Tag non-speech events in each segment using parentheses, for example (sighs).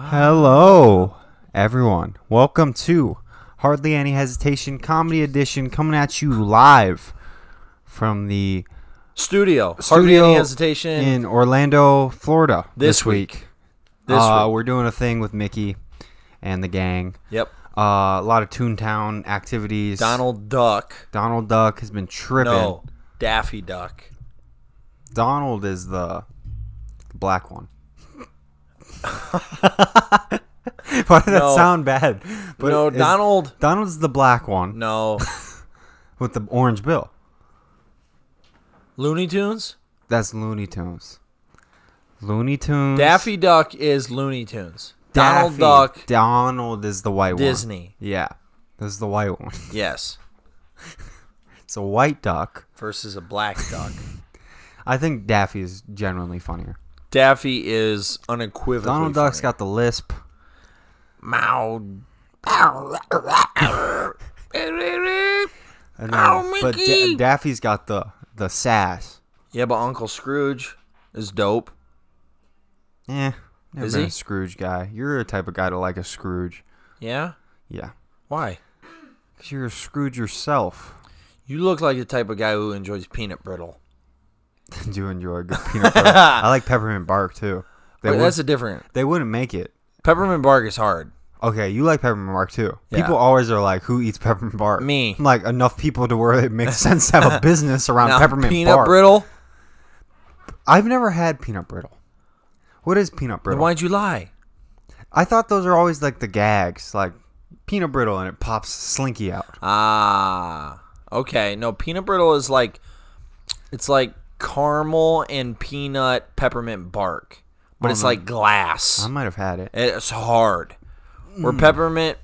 Hello, everyone. Welcome to Hardly Any Hesitation Comedy Edition coming at you live from the Studio. Hardly studio any hesitation. in Orlando, Florida This this uh, week. We're doing a thing with Mickey and the gang. Yep. Uh, a lot of Toontown activities. Donald Duck. Donald Duck has been tripping. No. Daffy Duck. Donald is the (laughs) black one. (laughs) Why did that No. sound bad? no, is- Donald. Donald's the black one (laughs) No. with the orange bill. Looney Tunes? That's Looney Tunes. Looney Tunes. Daffy Duck is Looney Tunes. Daffy. Donald Duck, Donald is the white one. Disney. Yeah, this is the white one. (laughs) Yes. It's a white duck. Versus a black duck. I think Daffy is generally funnier. Daffy is unequivocally. Donald Duck's funny. got the lisp. (laughs) Mow. And then, but Da- Mickey! Daffy's got the the sass. Yeah, but Uncle Scrooge is dope. Eh, never Is been he? a Scrooge guy. You're a type of guy to like a Scrooge. Yeah? Yeah, Why? because you're a Scrooge yourself. (laughs) You look like the type of guy who enjoys peanut brittle. Do enjoy a good (laughs) peanut butter. I like peppermint bark too. They, But would, that's a different. they wouldn't make it. Peppermint bark is hard. Okay, you like peppermint bark too. Yeah. People always are like, "Who eats peppermint bark?" Me. I'm like enough people to where it makes sense (laughs) to have a business around Now, Um, peppermint peanut bark. brittle. I've never had peanut brittle. What is peanut Then brittle? why'd you lie? I thought those are always like the gags, like peanut brittle, and it pops Slinky out. Ah, okay. No, peanut brittle is like, it's like caramel and peanut peppermint bark, but Mm-hmm. it's like glass. I might have had (laughs) it. It's hard. Mm. Where peppermint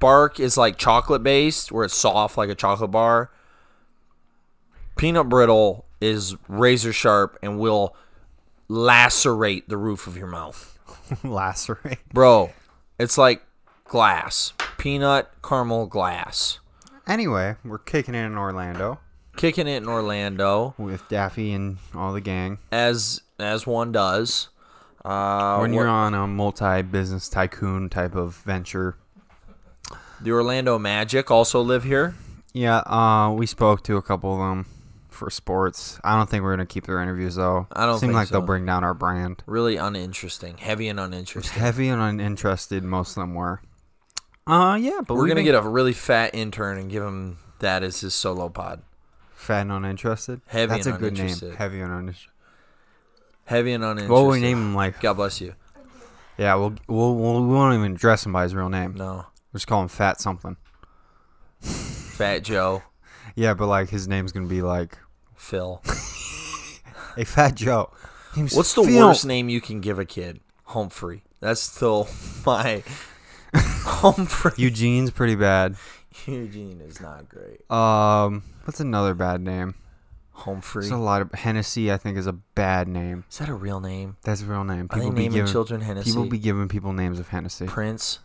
bark is like chocolate based, where it's soft like a chocolate bar. Peanut brittle is razor sharp and will lacerate the roof of your mouth. Lacerate. Bro, it's like glass. Peanut caramel glass. Anyway, we're kicking it in Orlando Kicking it in Orlando with Daffy and all the gang. as as one does. Uh, When we're- you're on a multi-business tycoon type of venture, the Orlando Magic also live here. yeah, uh, we spoke to a couple of them for sports. I don't think we're gonna keep their interviews though. I don't seem think like they'll so. bring down our brand. Really uninteresting, heavy and uninteresting. Heavy and uninterested, most of them were. Uh, yeah, but We're gonna get a really fat intern and give him that as his solo pod. fat and uninterested. Heavy That's and a good name. uninterested. Heavy and uninterested. Heavy and uninteresting. What will we name him like? God bless you. Yeah, we'll, we'll, we'll we won't even address him by his real name. No, We'll just call him Fat something. Fat Joe, Yeah, but like his name's gonna be like (laughs) Phil. Hey, Fat Joe. Name's What's the Phil. worst name you can give a kid? Humphrey. That's still (laughs) (laughs) my Humphrey. (laughs) Eugene's pretty bad. Eugene is not great. Um, what's another bad name? Humphrey. There's a lot of Hennessy. I think is a bad name. Is that a real name? That's a real name. Are they People be naming giving children Hennessy? people be giving people names of Hennessy. Prince.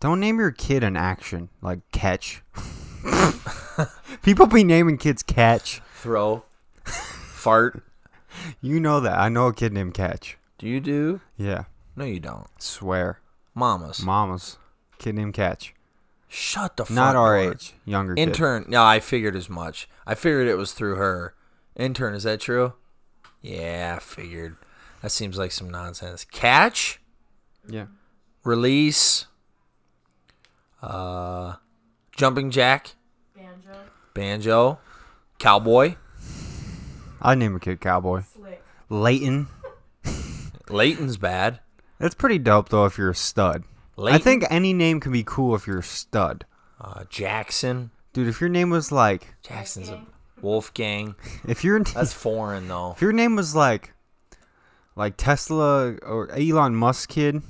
Don't name your kid an action like Catch. (laughs) people be naming kids Catch. Throw. Fart. You know that. I know a kid named Catch. Do you do? Yeah, No, you don't. swear. Mamas. Mama's kid named Catch. Shut the fuck Not our door. age. Younger kid. Intern. No, I figured as much. I figured it was through her. Intern, is that true? Yeah, I figured. That seems like some nonsense. Catch, Yeah. release, uh, jumping jack, Banjo, banjo, cowboy, I name a kid Cowboy. slick, Leighton. Leighton's bad. That's pretty dope though. If you're a stud. Leighton, I think any name can be cool if you're a stud. uh, Jackson. Dude, if your name was like Jackson's a Wolfgang. if your That's foreign though. if your name was like like Tesla or Elon Musk kid,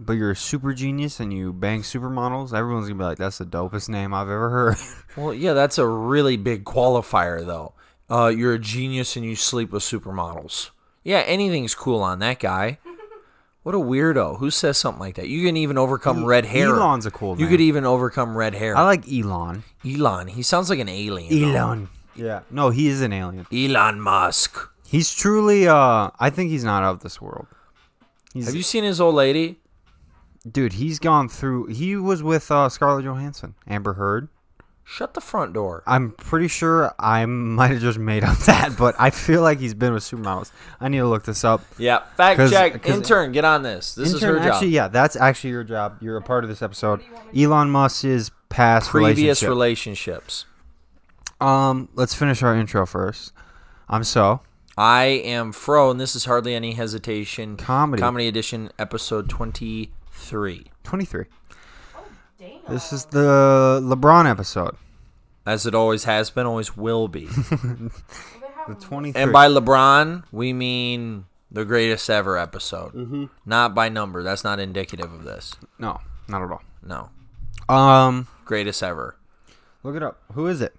but you're a super genius and you bang supermodels, everyone's gonna be like, That's the dopest name I've ever heard. Well, yeah, that's a really big qualifier, though. Uh, you're a genius and you sleep with supermodels. Yeah, anything's cool on that (laughs) guy. What a weirdo. Who says something like that? You can even overcome red (laughs) hair. E- Elon's a cool You name. could e- even overcome red hair. I like Elon. Elon. He sounds like an alien. though. Elon. Yeah. No, he is an alien. Elon Musk. He's truly uh I think he's not of this world. He's, Have you seen his old lady? dude, he's gone through. He was with uh, Scarlett Johansson, Amber Heard. Shut the front door. I'm pretty sure I might have just made up (laughs) that, but I feel like he's been with supermodels. I need to look this up. Yeah, fact 'Cause- check. 'cause- intern, get on this. This Intern, is her job. Actually, yeah, that's actually your job. You're a part of this episode. Elon Musk's past Previous relationship. relationships. um, let's finish our intro first. I'm so I am Fro, and this is hardly any hesitation. Comedy. Comedy edition, episode twenty-three. 23. Damn. This is the LeBron episode. As it always has been, always will (laughs) be. They have The a 23. and by LeBron, we mean the greatest ever episode. Mm-hmm. Not by number. That's not indicative of this. no, not at No. all. Um, Greatest ever. look it up. Who is it?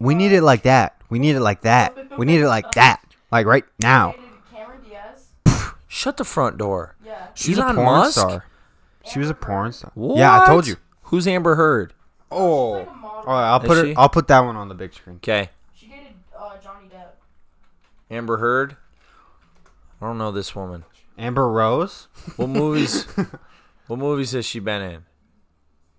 We need it like that. We need it like that. We need it like that. Like right now. related Cameron Diaz. Shut the front door. Yeah. She's Elon a porn Musk? star. She was a porn star. What? Yeah, I told you. Who's Amber Heard? Oh. She's like a model. All right, I'll Is put she? it. I'll put that one on the big screen. Okay. She dated uh, Johnny Depp. Amber Heard. I don't know this woman. (laughs) Amber Rose. What (laughs) movies? what movies has she been in?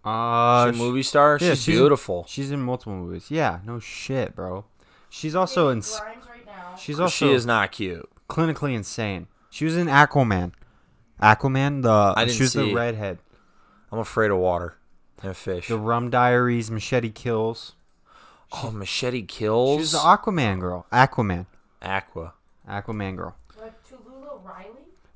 Uh, She's a movie star. yeah, she's, she's- beautiful. She's in multiple movies. Yeah, no shit, bro. She's Oh, also in. Dating Grimes right now. She's also she is not cute. clinically insane. She was in Aquaman. Aquaman, the I didn't she was see the it. redhead. I'm afraid of water and fish. The Rum Diaries, Machete Kills. oh, machete She kills. was the Aquaman girl. Aquaman, Aqua. Aquaman girl. Like Tulula Riley.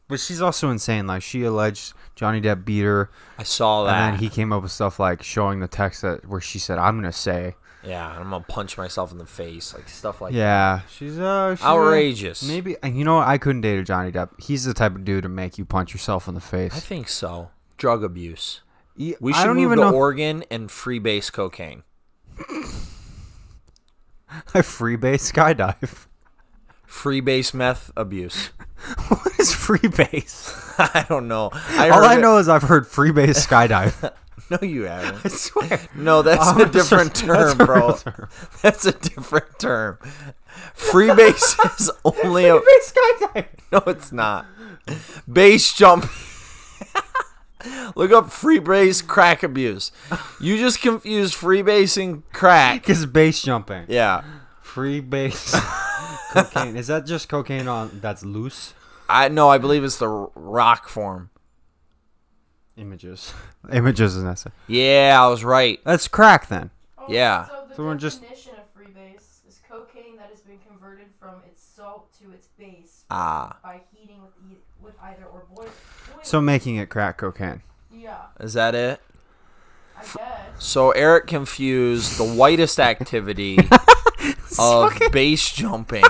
But she's also insane. Like she alleged Johnny Depp beat her, I saw that. and then he came up with stuff like showing the text that where she said, "I'm gonna say." yeah, I'm gonna punch myself in the face, like stuff like Yeah, she's uh she's a- outrageous. Maybe and you know what? I couldn't date a Johnny Depp. He's the type of dude to make you punch yourself in the I face. think so. Drug abuse. Ye- We I should don't move even to know. Oregon and free base cocaine. I (laughs) freebase skydive. (laughs) Free base meth abuse. (laughs) what is freebase? I don't know. I All heard I it- know is I've heard freebase (laughs) skydive. No, you haven't. I swear. No, (laughs) that's Um, a different that's a term, real bro. term. (laughs) That's a different term. Freebase (laughs) is only a Freebase skydive. (laughs) no, it's not. Base jump. (laughs) Look up freebase crack abuse. You just confused freebasing crack. Is base jumping. Yeah, (laughs) Freebase cocaine. Is that just cocaine on that's loose? I no, I believe it's the r- rock form. Images. Images is necessary. Yeah, I was right. That's crack then. Oh, Yeah. So the Someone just- definition of freebase is cocaine that has been converted from its salt to its base Ah, by heating with, e- with either or boil. boil- So making it crack cocaine. yeah, is that it? I guess. So Eric confused the whitest (laughs) activity of base jumping.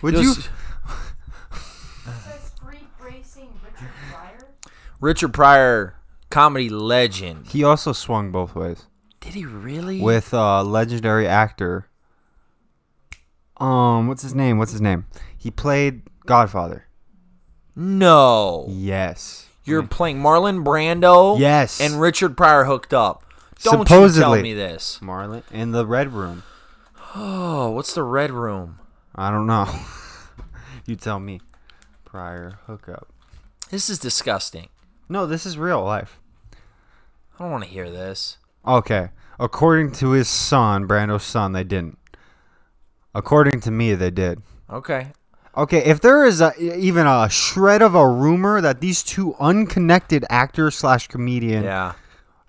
Would Just- you It says free bracing Richard Pryor. Richard Pryor, comedy legend. He also swung both ways Did he really? with uh, legendary actor. Um, what's his name? What's his name? He played Godfather. no. Yes. You're playing Marlon Brando. Mm-hmm. Yes. And Richard Pryor hooked up. Don't you tell Supposedly. me this. Marlon in the Red Room. Oh, what's the red room? I don't know. (laughs) you tell me. Prior hookup. This is disgusting. No, this is real life. I don't want to hear this. Okay. According to his son, Brando's son, they didn't. According to me, they did. Okay. Okay, if there is a, even a shred of a rumor that these two unconnected actors slash comedian Yeah.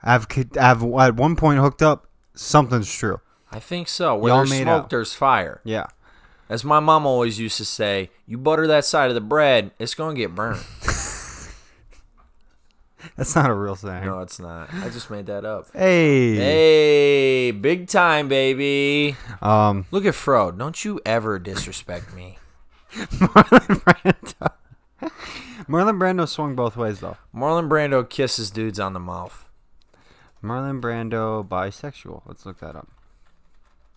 have co- have at one point hooked up, something's true. I think so. Where Y'all there's made smoke, out. there's fire. Yeah. As my mom always used to say, you butter that side of the bread, it's going to get burnt. (laughs) That's not a real saying. no, it's not. I just made that up. Hey. Hey, big time, baby. Um, (laughs) Look at Fro. Don't you ever disrespect me. Marlon Brando. (laughs) Marlon Brando swung both ways, though. Marlon Brando kisses dudes on the mouth. Marlon Brando bisexual. Let's look that up.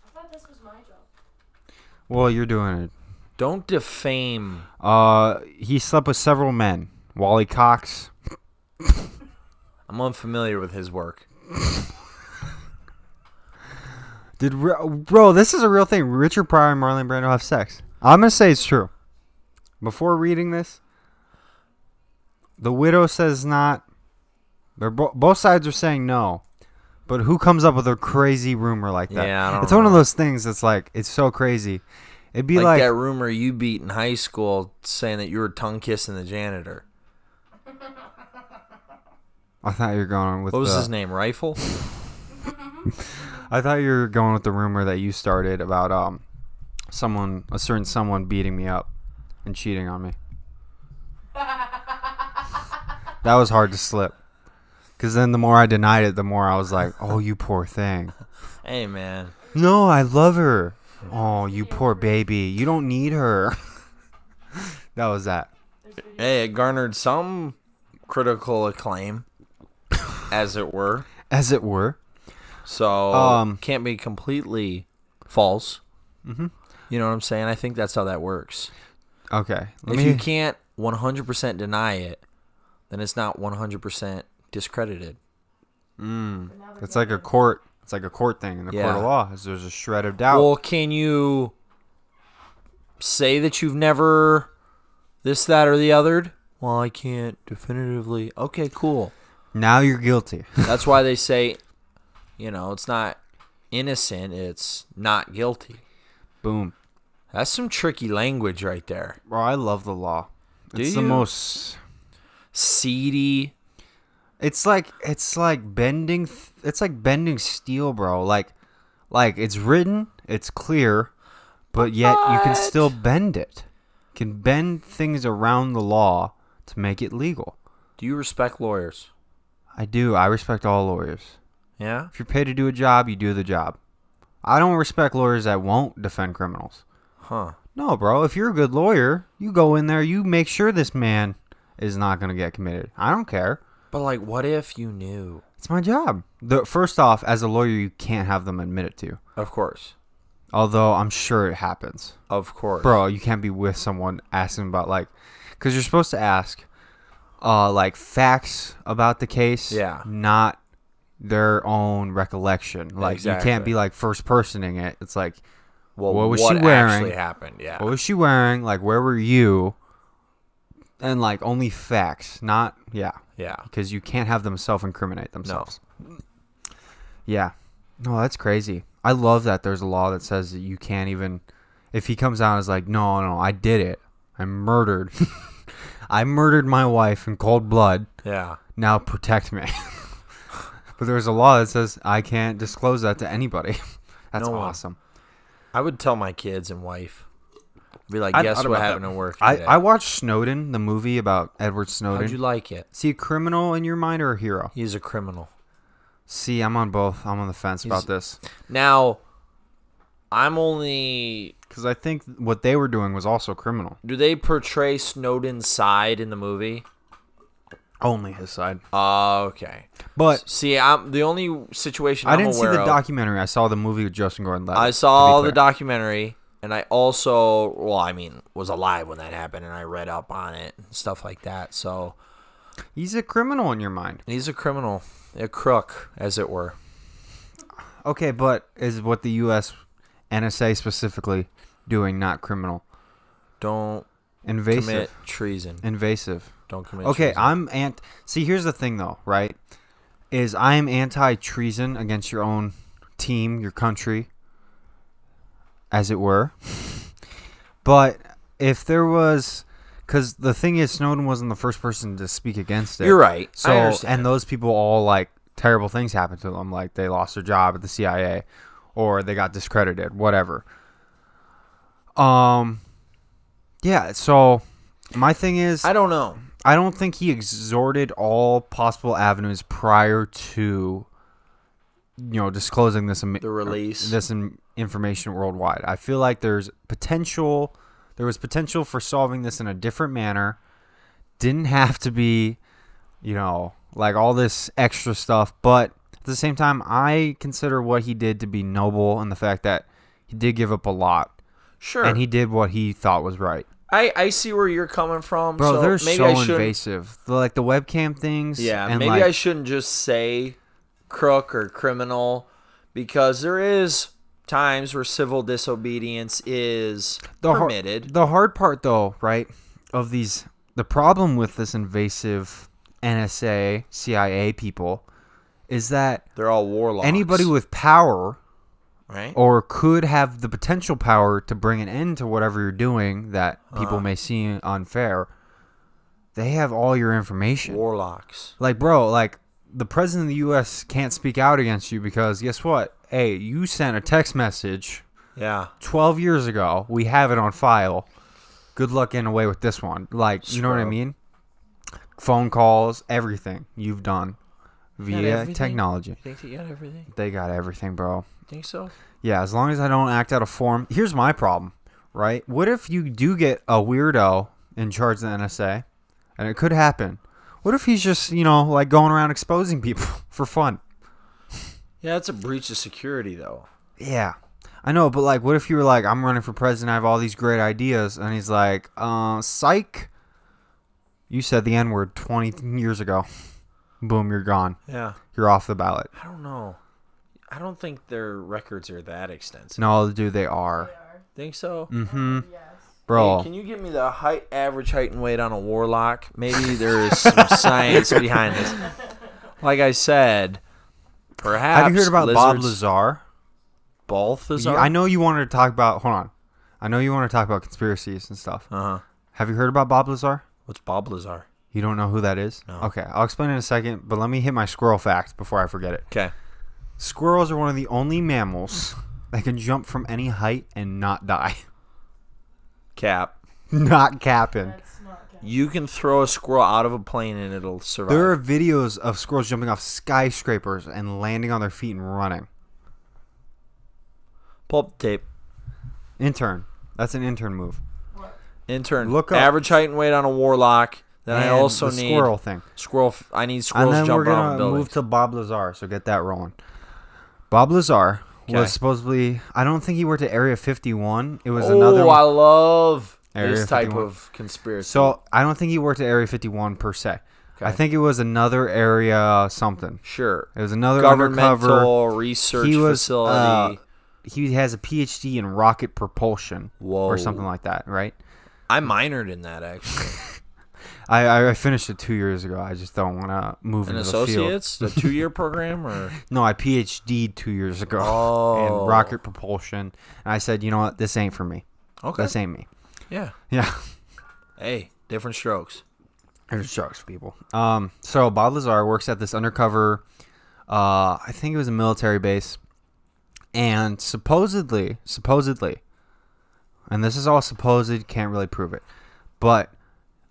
I thought this was my job. Well, you're doing it. Don't defame. Uh, he slept with several men. Wally Cox. I'm unfamiliar with his work. Did re- bro? This is a real thing. Richard Pryor and Marlon Brando have sex. I'm gonna say it's true. Before reading this, The widow says not. They're bo- both sides are saying no, but who comes up with a crazy rumor like that? Yeah, I don't it's one of know. those things that's like it's so crazy. It'd be Like, like, that rumor you beat in high school saying that you were tongue kissing the janitor. I thought you were going with What was the- his name? Rifle? (laughs) I thought you were going with the rumor that you started about um someone a certain someone beating me up and cheating on me. that was hard to slip. Cause then the more I denied it, the more I was like, "Oh, you poor thing." hey man. No, I love her. Oh, you poor baby. You don't need her. (laughs) that was that. Hey, it garnered some critical acclaim, as it were. As it were. So Um, can't be completely false. You know what I'm saying? I think that's how that works. Okay. Let if me you can't 100% deny it, then it's not 100% discredited. It's like a court. It's like a court thing in the court Yeah. of law. Is there's a shred of doubt. Well, can you say that you've never this, that, or the othered? Well, I can't definitively. Okay, cool. now you're guilty. That's why they say, you know, it's not innocent, it's not guilty. Boom. That's some tricky language right there. Bro, I love the law. Do it's the you? most. Seedy. It's like it's like bending. th- It's like bending steel, bro. Like, like it's written. It's clear, but yet you can still bend it. Can bend things around the law to make it legal. Do you respect lawyers? I do. I respect all lawyers. Yeah. If you're paid to do a job, you do the job. I don't respect lawyers that won't defend criminals. Huh. No, bro. If you're a good lawyer, you go in there, you make sure this man is not going to get committed. I don't care. But like, what if you knew? It's my job. The, first off, as a lawyer, you can't have them admit it to. you. Of course. Although I'm sure it happens. Of course. Bro, you can't be with someone asking about, like, because you're supposed to ask, uh, like, facts about the case. Yeah. Not their own recollection. Like, you can't Exactly. be, like, first personing it. It's like, Well, what was she actually wearing? happened? Yeah. What was she wearing? Like, where were you? And like only facts, not yeah, yeah. because you can't have them self-incriminate themselves. Yeah, no, that's crazy. I love that there's a law that says that you can't even, if he comes out and is like, no, no, I did it. I murdered. (laughs) I murdered my wife in cold blood. Yeah. Now protect me. (laughs) but there's a law that says I can't disclose that to anybody. (laughs) That's No one. awesome. I would tell my kids and wife. Be like, I guess thought what about happened that. to work I, today? I watched Snowden, the movie about Edward Snowden. How'd you like it? See a criminal in your mind or a hero? He's a criminal. See, I'm on both. I'm on the fence about this Now, I'm only. because I think what they were doing was also criminal. Do they portray Snowden's side in the movie? Uh, Only his side. Okay. But See, I'm the only situation I'm I didn't see aware the of- documentary. I saw the movie with Justin Gordon-Levitt. I to be saw the clear. documentary, and I also, well, I mean, was alive when that happened, and I read up on it and stuff like that. So He's a criminal in your mind. he's a criminal, a crook, as it were. Okay, but is what the U.S. NSA specifically doing not criminal? Don't Invasive. commit treason. Invasive. Don't commit. Okay, treason. I'm ant. See, here's the thing, though, right? Is I am anti treason against your own team, your country, as it were. (laughs) But if there was, because the thing is, Snowden wasn't the first person to speak against it. You're right. I So, understand. and those people all like terrible things happened to them, like they lost their job at the CIA, or they got discredited, whatever. Um, yeah. So, my thing is, I don't know. I don't think he exhorted all possible avenues prior to, you know, disclosing this ama- The release. this in- information worldwide. I feel like there's potential. There was potential for solving this in a different manner. Didn't have to be, you know, like all this extra stuff. But at the same time, I consider what he did to be noble and the fact that he did give up a lot Sure. and he did what he thought was right. I I see where you're coming from. Bro, so they're maybe so I shouldn't- invasive. The- like the webcam things. Yeah, and maybe like, I shouldn't just say crook or criminal because there is times where civil disobedience is the har- permitted. the hard part, though, right, of these the problem with this invasive NSA, CIA people is that They're all warlocks. anybody Oh. with power right? or could have the potential power to bring an end to whatever you're doing that people may see unfair, they have all your information. warlocks. Like, bro, like the president of the U.S. can't speak out against you because guess what? Hey, you sent a text message Yeah. 12 years ago. We have it on file. Good luck getting away with this one. Like, you know what I Scrub. mean? Phone calls, everything you've done via everything. technology. think that you got everything? They got everything, bro. Think so? Yeah, as long as I don't act out of form. Here's my problem, right? What if you do get a weirdo in charge of the NSA? And it could happen. What if he's just, you know, like going around exposing people (laughs) for fun? Yeah, it's a breach of security, though. Yeah. I know, but like, what if you were like, I'm running for president, I have all these great ideas, and he's like, uh, psych, you said the N word 20 years ago. Boom, you're gone. Yeah. You're off the ballot. I don't know. I don't think their records are that extensive. No, dude, they They are. are. Think so? Mm-hmm. Mm. Yes. Bro. Hey, can you give me the height, average height and weight on a warlock? Maybe there is (laughs) some science behind this. Like I said, perhaps. have you heard about Bob lizards- Lazar? Balthazar? You- I know you wanted to talk about. Hold on. I know you want to talk about conspiracies and stuff. Uh huh. Have you heard about Bob Lazar? What's Bob Lazar? You don't know who that is? No. Okay, I'll explain in a second, but let me hit my squirrel fact before I forget it. Okay. Squirrels are one of the only mammals that can jump from any height and not die. (laughs) Cap. not capping. That's not good. You can throw a squirrel out of a plane and it'll survive. There are videos of squirrels jumping off skyscrapers and landing on their feet and running. Pulp tape. Intern. That's an intern move. What? Intern. Look Look up- average height and weight on a warlock. Then I And also the need squirrel thing. Squirrel. f- I need And squirrels then we're jumping off gonna of buildings. move to Bob Lazar, so get that rolling. Bob Lazar Okay. was supposedly I don't think he worked at Area 51. It was oh, another I one. love Area this type 51. of conspiracy. So I don't think he worked at Area 51 per se. I Okay. think it was another area something. sure, It was another undercover. governmental research He was facility. uh, he has a PhD in rocket propulsion Whoa. or something like that, right? I minored in that actually. I- I, I finished it two years ago. I just don't want to move An into the field. associates, a (laughs) two-year program, or No, I PhD'd two years ago (laughs) Oh. in rocket propulsion. And I said, you know what? This ain't for me. okay, This ain't me. yeah. Yeah. Hey, different strokes. There's sharks, people. Um, so Bob Lazar works at this undercover, uh, I think it was a military base. And supposedly, supposedly, and this is all supposed, can't really prove it, but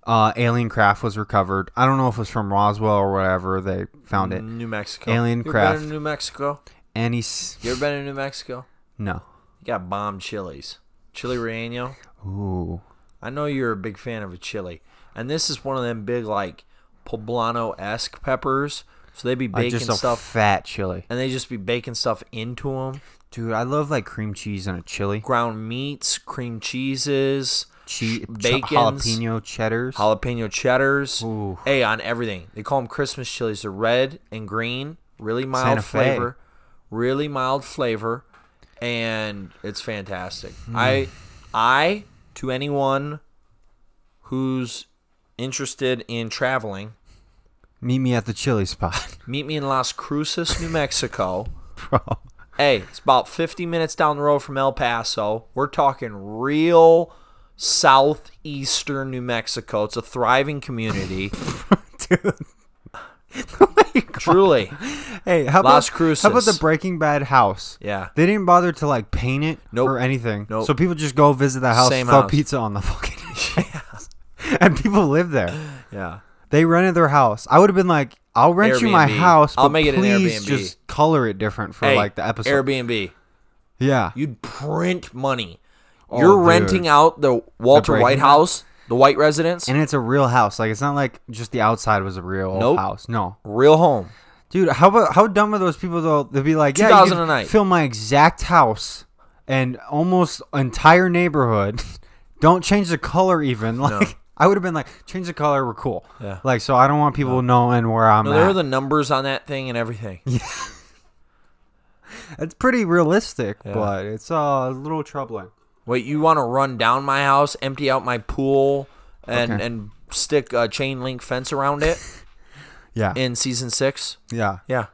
uh, alien craft was recovered. I don't know if it was from Roswell or whatever. They found it. New Mexico. Alien you ever craft. Been in New Mexico. And he's. You ever been in New Mexico? No. You got bomb chilies. Chili relleno. Ooh. I know you're a big fan of a chili, and this is one of them big like poblano esque peppers. So they be Like baking just a stuff, fat chili. and they just be baking stuff into them. Dude, I love like cream cheese and a chili. Ground meats, cream cheeses, Cheese, bacon, jalapeno cheddars. jalapeno cheddars. Ooh. Hey, on everything. They call them Christmas chilies. They're red and green, really mild Santa Fe. flavor, really mild flavor, and it's fantastic. Hmm. I, I to anyone who's interested in traveling, Meet me at the chili spot, (laughs) meet me in Las Cruces, New Mexico. bro. Hey, it's about 50 minutes down the road from El Paso. We're talking real southeastern New Mexico. It's a thriving community. Dude. (laughs) Truly. Hey, how Las about how about the Cruces. Breaking Bad house? Yeah. They didn't bother to like paint it Nope. or anything. Nope. So people just go visit the house, Same throw house. pizza on the fucking (laughs) and people live there. Yeah. They rented their house. I would have been like, I'll rent you my Airbnb. house, but I'll make it an please Airbnb. just color it different for Hey, like the episode. Airbnb. yeah. You'd print money. Oh, You're dude. renting out the Walter breaking White house? House, the White residence, And it's a real house. Like it's not like just the outside was a real Nope. house. No. real home. Dude, how about how dumb are those people though? They'd be like, yeah, you 2000 can a night. film my exact house and almost entire neighborhood. (laughs) Don't change the color even. Like I would have been like, change the color, we're cool. Yeah. Like so, I don't want people knowing where I'm No, there are at. the numbers on that thing and everything. (laughs) it's pretty realistic, but it's uh, a little troubling. Wait, you want to run down my house, empty out my pool, and Okay. and stick a chain link fence around it (laughs) Yeah. in season six. yeah. Yeah.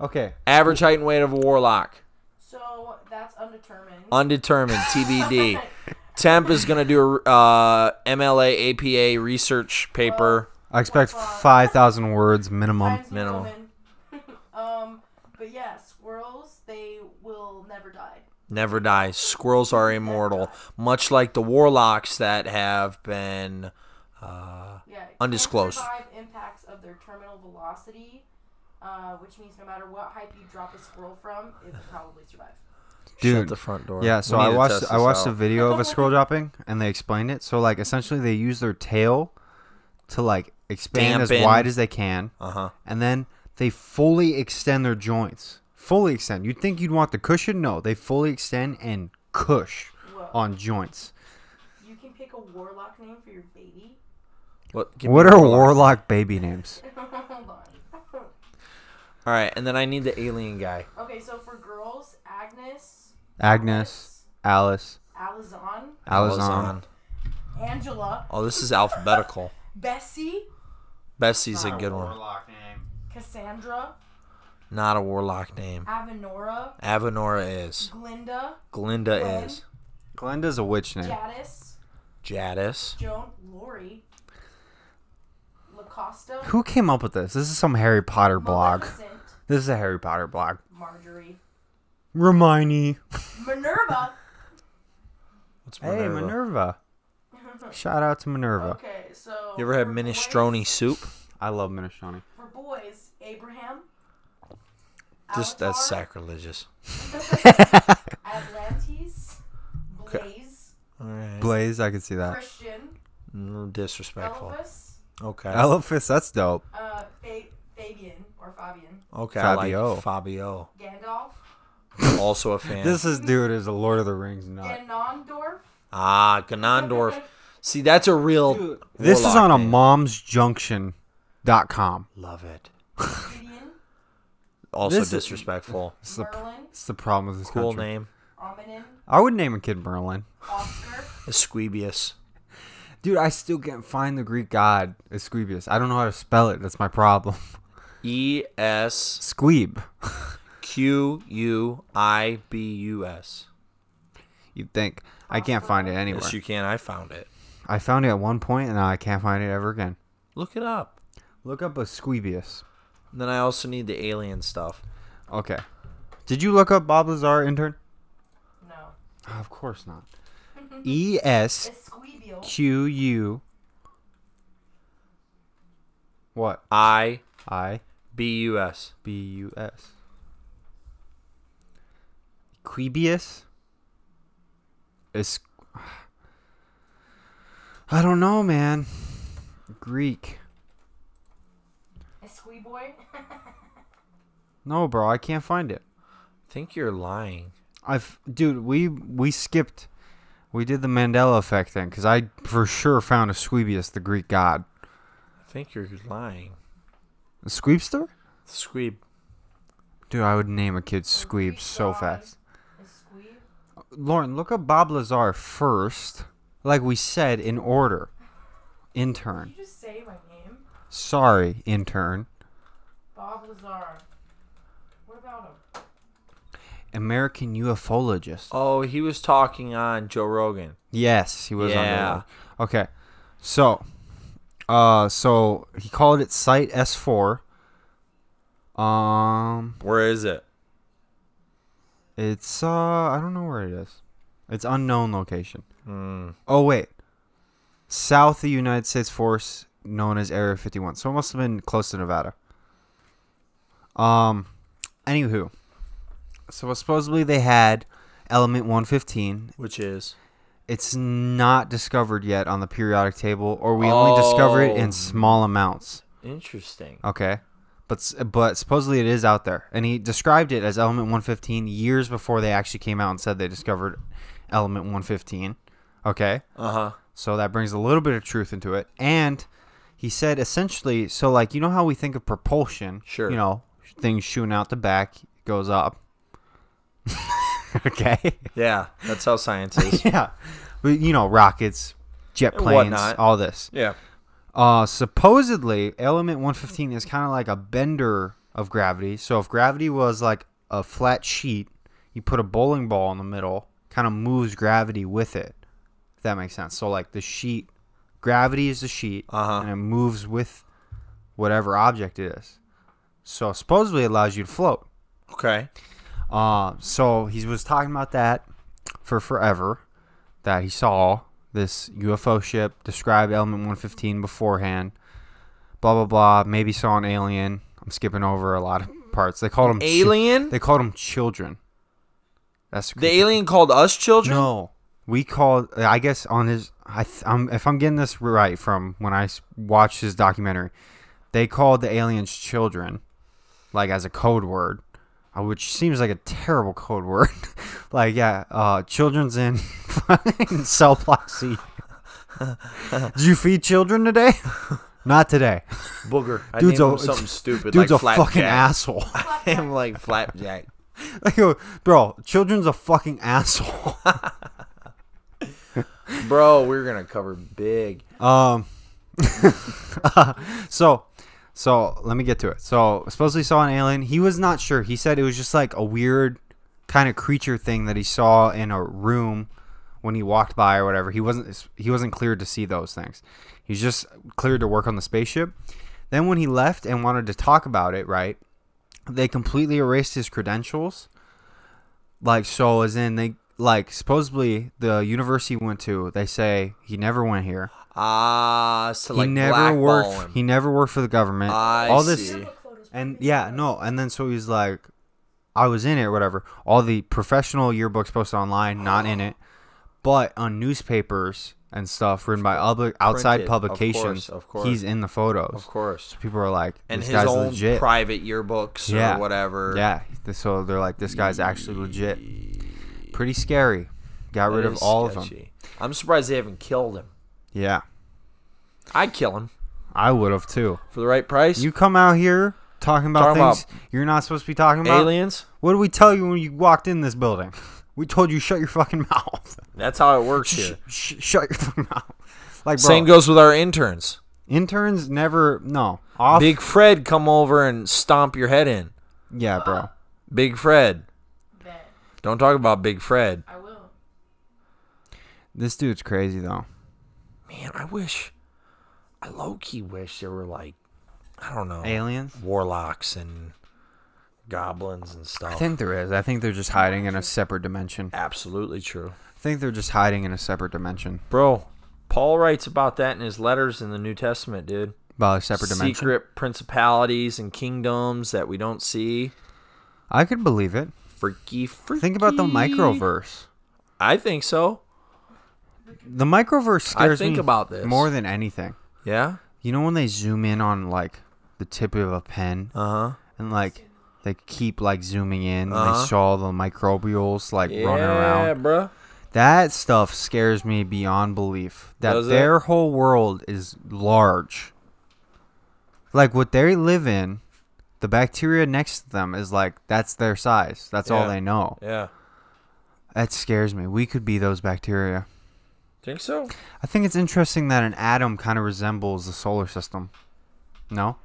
Okay. Average height and weight of a warlock. So that's undetermined. Undetermined. (laughs) TBD. Temp is going to do a uh, MLA APA research paper. I expect five thousand words minimum. Times Minimal. woman. (laughs) um, but yeah, squirrels they will never die. Never die. Squirrels are immortal, much like the warlocks that have been. Uh, Yeah. can't Undisclosed. Survive impacts of their terminal velocity, uh, which means no matter what height you drop a squirrel from, it will probably survive. Dude. shut the front door. Yeah, so We need I to watched test I this watched a out. video of a scroll dropping and they explained it. So like essentially they use their tail to like expand as Dampen. wide as they can Uh-huh. and then they fully extend their joints. Fully extend. You'd think you'd want the cushion? No, they fully extend and cush Whoa. on joints. You can pick a warlock name for your baby. (laughs) What, give me What a are warlock. warlock baby names? Hold on. All right, and then I need the alien guy. Okay, so for girls, Agnes, Agnes, Alice, Alizon, Alizon. Alazan. Angela, Oh, this is alphabetical. Bessie, Bessie's a good one. Cassandra, Not a warlock name. Avenora, Avenora is. Glinda, Glinda Gwen. is. Glenda's a witch name. Jadis, Jadis. Joan, Lori, LaCosta, Who came up with this? This is some Harry Potter blog. Maleficent, This is a Harry Potter blog. Marjorie, Hermione. Minerva. What's Hey, Minerva. Shout out to Minerva. Okay, so You ever had for minestrone boys- soup? I love minestrone. For boys, Abraham. Just that's Avatar, sacrilegious. (laughs) Atlantis, Blaze, All right. (laughs) Blaze, I could see Uh, that. Christian, No, disrespectful. Elvis, Okay. Elephants, that's dope. uh, Fa- Fabian or Fabian, okay. I Fabio. like Fabio. Gandalf, (laughs) Also a fan. This is dude is a Lord of the Rings nut. Ganondorf. (laughs) ah, Uh, Ganondorf. See, that's a real. This is warlock on a name. momsjunction.com. Love it. Gideon, Also This is- disrespectful. It's the, Merlin, it's the problem with this Cool country. name. Ominin, I would name a kid Merlin. Oscar, Asclepius. Dude, I still can't find the Greek god Asclepius. I don't know how to spell it. That's my problem. (laughs) E S Squeeb. Q U I B U S. You'd think. I can't find it anywhere. Yes, you can. I found it. I found it at one point and now I can't find it ever again. Look it up. Look up Asclepius. And then I also need the alien stuff. Okay. Did you look up Bob Lazar, intern? no, Of course not. E S Esquivel, Q U. What? I I B U S. B U S. Quebius? Is. (sighs) I don't know, man. Greek. Esquiboy, No, bro, I can't find it. I think you're lying. I've, dude, we we skipped, we did the Mandela effect thing because I for sure found Asclepius, the Greek god. I think you're lying. Squeebster? Squeeb. Dude, I would name a kid Squeeb Greek so god. fast. Esquiv, Lauren, look up Bob Lazar first, like we said in order. Did Intern, you just say my name? sorry, intern. Bob Lazar. What about him? American ufologist. Oh, he was talking on Joe Rogan. Yes, he was Yeah. on the Okay. So uh so he called it site S four. Um Where is it? it's uh I don't know where it is. It's unknown location. Oh wait. South of the United States Force known as Area fifty one. So it must have been close to Nevada. Um anywho. So supposedly they had element one fifteen Which is? it's not discovered yet on the periodic table, or we only discover it Oh. in small amounts. Interesting. Okay, but s- but supposedly it is out there, and he described it as element 115 years before they actually came out and said they discovered element 115. Okay, Uh huh. so that brings a little bit of truth into it, and he said essentially, so like you know how we think of propulsion, Sure. you know things shooting out the back goes up. (laughs) okay. (laughs) Yeah, that's how science is. Yeah. But, you know, rockets, jet And planes, whatnot. all this. yeah. Uh, supposedly, element 115 is kind of like a bender of gravity. So if gravity was like a flat sheet, you put a bowling ball in the middle, kind of moves gravity with it. If that makes sense. So like the sheet, gravity is the sheet, Uh-huh. and it moves with whatever object it is. So supposedly it allows you to float. Okay. Uh, so he was talking about that for forever. That he saw this UFO ship, described Element 115 beforehand, blah blah blah. Maybe saw an alien. I'm skipping over a lot of parts. They called him chi- Alien? they called him children. That's The alien called us children. No, we called. I guess on his. I th- I'm, if I'm getting this right from when I s- watched his documentary, they called the aliens children, like as a code word, uh, which seems like a terrible code word. (laughs) like yeah, uh, children's in (laughs) fucking cell (laughs) block C. Did you feed children today? (laughs) Not today. Booger. I Dude's named him a- something stupid. Dude's like a fucking flapjack. asshole. (laughs) (laughs) I'm like flapjack. like, yo, bro, children's a fucking (laughs) asshole. Bro, we're gonna cover big. Um, (laughs) so, so let me get to it. So, supposedly saw an alien. He was not sure. He said it was just like a weird kind of creature thing that he saw in a room when he walked by or whatever. He wasn't he wasn't cleared to see those things. He was just cleared to work on the spaceship. Then when he left and wanted to talk about it, right? They completely erased his credentials. Like so, as in they like supposedly the university he went to. They say he never went here Ah, so like he never blackball worked. him. He never worked for the government. I all this see. and yeah, no. And then so he's like, I was in it, or whatever. All the professional yearbooks posted online, not in it, but on newspapers and stuff written by other outside Printed, of publications. course, of course. he's in the photos. Of course. People are like, this And his guy's own legit. private yearbooks or whatever. Yeah. th- So they're like, this guy's actually legit. Pretty scary. Got That rid of is all of them. sketchy. I'm surprised they haven't killed him. Yeah, I'd kill him I would have too. for the right price. You come out here talking about Talking about things you're not supposed to be talking about. aliens? What did we tell you when you walked in this building? (laughs) We told you shut your fucking (laughs) mouth. That's how it works Sh- here. sh- shut your fucking mouth. Like (laughs) bro, Same goes with our interns. interns never no off. Big Fred come over and stomp your head in. yeah, bro. Big Fred. Bet. Don't talk about Big Fred. I will. This dude's crazy though. Man, I wish I low key wish there were like I don't know Aliens. warlocks and goblins and I stuff. think there is. I think they're just hiding in a separate dimension. Absolutely true. I think they're just hiding in a separate dimension. Bro, Paul writes about that in his letters in the New Testament, dude. By a separate dimension. Secret principalities and kingdoms that we don't see. I could believe it. Freaky freaky. Think about the microverse. I think so. The microverse scares think me about this. more than anything. Yeah. You know when they zoom in on like the tip of a pen Uh huh. and like they keep like zooming in and Uh-huh. they saw the microbials like Yeah, running around bruh. that stuff scares me beyond belief that Does it? their whole world is large like what they live in the bacteria next to them is like that's their size that's all Yeah. they know Yeah. that scares me we could be those bacteria Think so? i think it's interesting that an atom kind of resembles the solar system no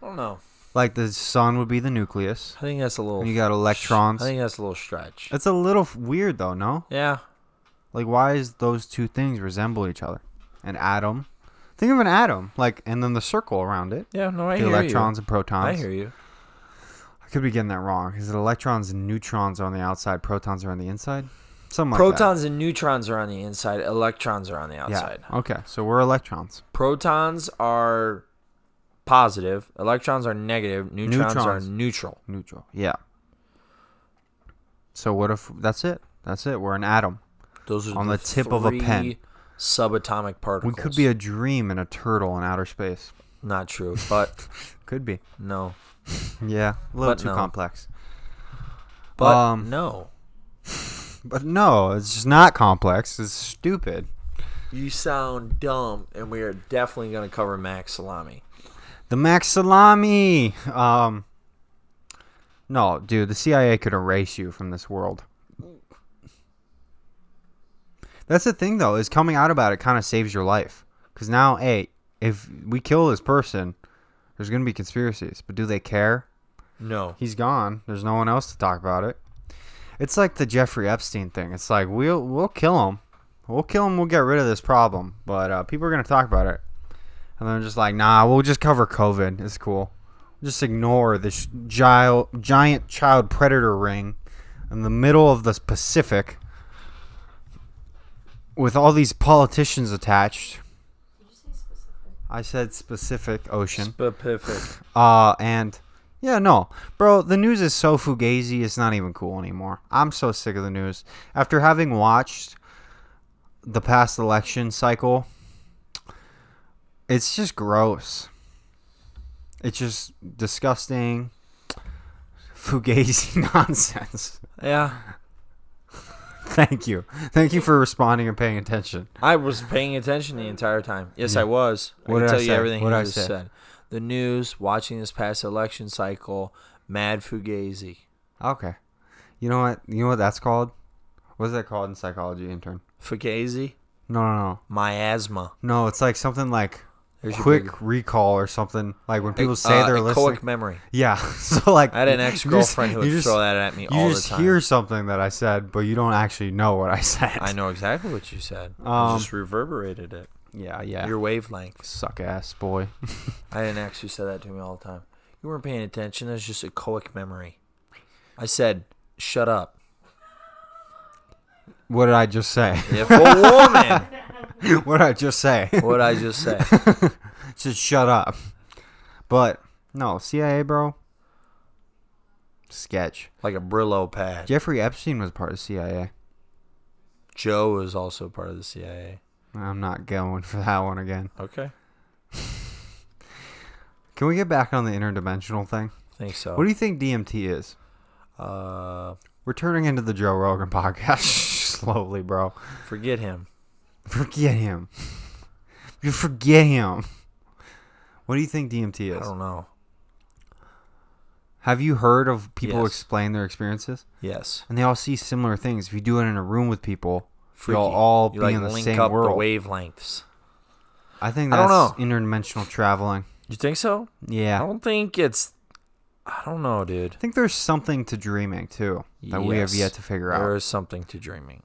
I don't know. like the sun would be the nucleus I think that's a little. and you got electrons I think that's a little stretch. It's a little f- weird though, no? Yeah. Like why is those two things resemble each other? An atom. Think of an atom, like and then the circle around it. Yeah. No, I the hear electrons and you. protons. I hear you. I could be getting that wrong. Is it electrons and neutrons are on the outside, protons are on the inside? Something Protons and neutrons are on the inside. Electrons are on the like that. outside. Yeah. Okay. So we're electrons. Protons are positive. Electrons are negative. Neutrons, are Neutrons. neutral. Neutral. Yeah. So what if that's it? That's it. We're an atom. Those are On the tip of a pen. three Subatomic We particles. could be a dream and a turtle in outer space. not true, but Could be. no, Yeah. A little But too no. complex. but Um, no. But no, it's just not complex. It's stupid. You sound dumb, and we are definitely going to cover Max Salami. The Max Salami. Um, no, dude, the CIA could erase you from this world. That's the thing, though, is coming out about it kind of saves your life. Because now, A, if we kill this person, there's going to be conspiracies. But do they care? No. He's gone. There's no one else to talk about it. It's like the Jeffrey Epstein thing. It's like we'll we'll kill him. We'll kill him. We'll get rid of this problem. But uh, people are going to talk about it. And they're just like, nah, we'll just cover COVID. It's cool. Just ignore this gi- giant child predator ring in the middle of the Pacific with all these politicians attached. Did you say specific? I said specific ocean. Specific. Uh, and yeah, no, bro, the news is so fugazi, it's not even cool anymore. I'm so sick of the news. After having watched the past election cycle, it's just gross. It's just disgusting, fugazi (laughs) nonsense. Yeah. Thank you. Thank you for responding and paying attention. I was paying attention the entire time. Yes, I was. What I can did I tell you say? everything What he did I just say? said. The news, watching this past election cycle, mad fugazi, Okay. You know what? You know what that's called? What is that called in psychology, intern? fugazi, No, no, no. miasma. No, it's like something like There's your quick big- recall or something. Like when people say uh, they're echoic listening. memory. yeah. (laughs) So like I had an you just- ex-girlfriend who would you just- throw that at me You all the just time. hear something that I said, but you don't actually know what I (laughs) said. I know exactly what you said. I Um, just reverberated it. Yeah, yeah. Your wavelength. suck ass boy. (laughs) I had an ex who said that to me all the time. You weren't paying attention. That's just echoic memory. I said, "Shut up." what did I (laughs) just say? (laughs) If a woman, what did I just say? (laughs) what I just say? Just shut up. But no, CIA bro. Sketch. Like a Brillo pad. Jeffrey Epstein was part of CIA. Joe is also part of the CIA. I'm not going (laughs) for that one again. Okay. Can we get back on the interdimensional thing? think so. What do you think DMT is? uh, We're turning into the Joe Rogan podcast (laughs) slowly, bro. forget him. Forget him. You forget him. What do you think DMT I is? don't know. Have you heard of people Yes. explain their experiences? Yes. And they all see similar things. If you do it in a room with people, Freaky. you'll all you be like in the link same up world. the wavelengths. I think I that's don't interdimensional traveling. You think so? Yeah. I don't think it's. I don't know, dude. I think there's something to dreaming too that we have Yes. yet to figure out. There is something to dreaming.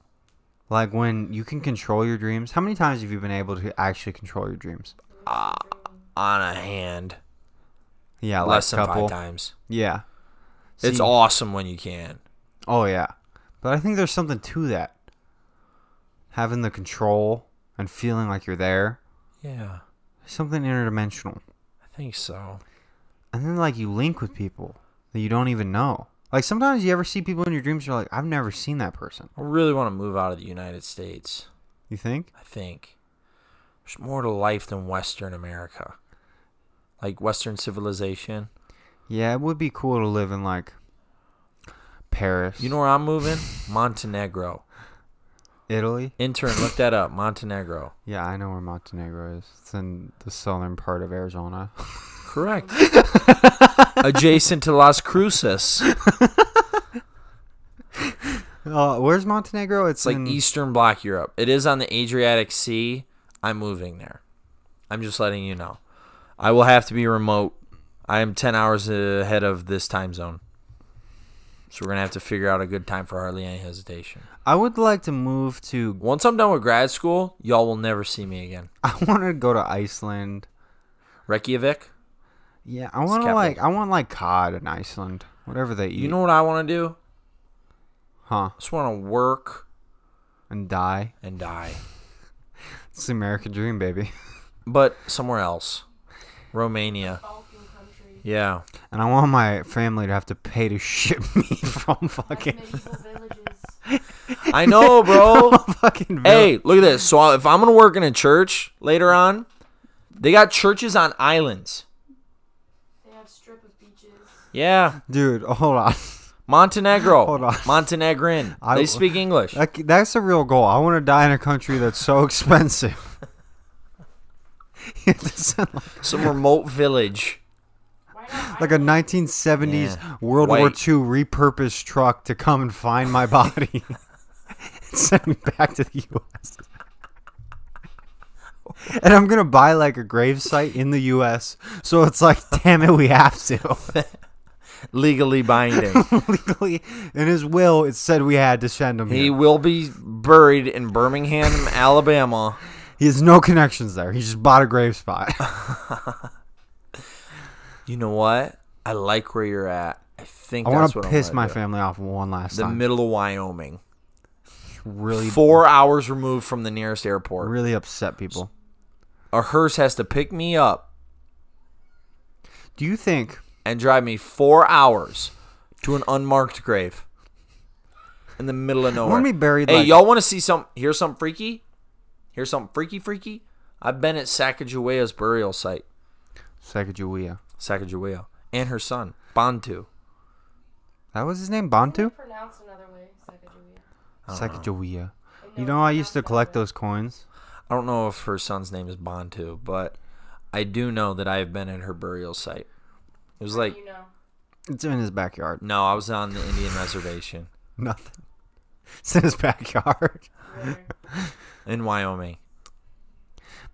Like when you can control your dreams. How many times have you been able to actually control your dreams? On a hand, Yeah, like less a than couple. five times. Yeah. It's See- awesome when you can. Oh yeah. But I think there's something to that. Having the control and feeling like you're there. Yeah, Something interdimensional. I think so. And then like you link with people that you don't even know. Like sometimes you ever see people in your dreams you're like, I've never seen that person. I really want to move out of the United States. You think? I think there's more to life than Western America, like Western civilization. Yeah, it would be cool to live in like Paris. You know where I'm moving? Montenegro. Italy? Intern, look that up. Montenegro. Yeah, I know where Montenegro is. It's in the southern part of Arizona. (laughs) Correct. Adjacent to Las Cruces. It's Uh, where's Montenegro? It's, like in- Eastern Bloc Europe. It is on the Adriatic Sea. I'm moving there. I'm just letting you know. I will have to be remote. I am 10 hours ahead of this time zone. So we're going to have to figure out a good time for hardly any hesitation. I would like to move to. (laughs) Once I'm done with grad school, y'all will never see me again. I want to go to Iceland. Reykjavik, Yeah, I want to capital. like. I want like cod in Iceland. Whatever they eat. you know what I want to do? huh? I just want to work And die. and die. It's the American dream, baby. (laughs) but somewhere else. Romania. Balkan country. Yeah. And I want my family to have to pay to (laughs) ship me from Like fucking. medieval (laughs) villages. I know, bro. fucking. vil- hey, look at this. So uh, if I'm going to work in a church later on, they got churches on islands. They have strip of beaches. Yeah. dude, hold on. Montenegro. (laughs) Hold on. Montenegrin. I- they speak (laughs) English. That, that's a real goal. I want to die in a country that's so (laughs) expensive. You have to send, like- Some remote village. Why not? like a 1970s Yeah. World War White. II repurposed truck to come and find (laughs) my body and send me back to the U.S. and I'm gonna buy like a grave site in the U.S. So it's like, (laughs) damn it, we have to (laughs) legally (laughs) binding. legally. In his will, it said we had to send him he here. will be buried in Birmingham, Alabama. He has no connections there. He just bought a grave (laughs) spot. You know what? I like where you're at. I think I that's want what to I'm piss gonna my do. family off one last The time. middle of Wyoming, really, four hours removed from the nearest airport. really upset people. A hearse has to pick me up Do you think? and drive me four hours to an unmarked grave in the middle of nowhere. Wouldn't we buried? Hey, like, y'all want to see some? Here's something freaky. Here's something freaky, freaky. I've been at Sacagawea's burial site. Sacagawea. Sacagawea and her son Bantu. That was his name, Bantu. Pronounce another way. Sacagawea. Uh-huh. Sacagawea. know You it's know, I used to pronounced collect another those coins. I don't know if her son's name is Bantu, but I do know that I have been at her burial site. It was way. like You know. It's in his backyard. (laughs) no, I was on the Indian reservation Nothing. It's in his backyard, (laughs) where- in Wyoming.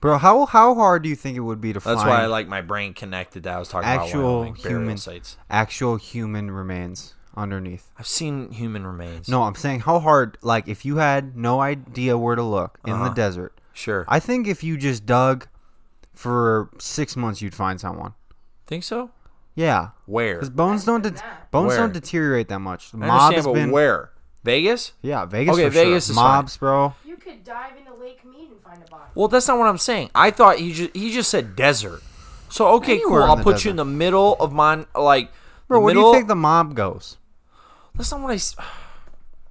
bro. How how hard do you think it would be to That's find why I like my brain connected that I was talking about Actual Wyoming burial human- sites. actual human remains underneath? I've seen human remains. No, I'm saying how hard. Like, if you had no idea where to look in the Uh-huh. desert, sure. I I think if you just dug for six months, you'd find someone. think so. Yeah, Where? because bones don't Than det- that. bones Where? don't deteriorate that much. The I mob understand, has but been where? Vegas? yeah Vegas. Okay, for sure. Vegas is fine. mobs, bro. You could dive into Lake Mead and find a body. Well, that's not what I'm saying. I thought he just he just said desert. So okay, Anywhere cool. in I'll the put you in the middle of mine. Like, Bro, the where do middle. you think the mob goes? that's not what I. s- (sighs)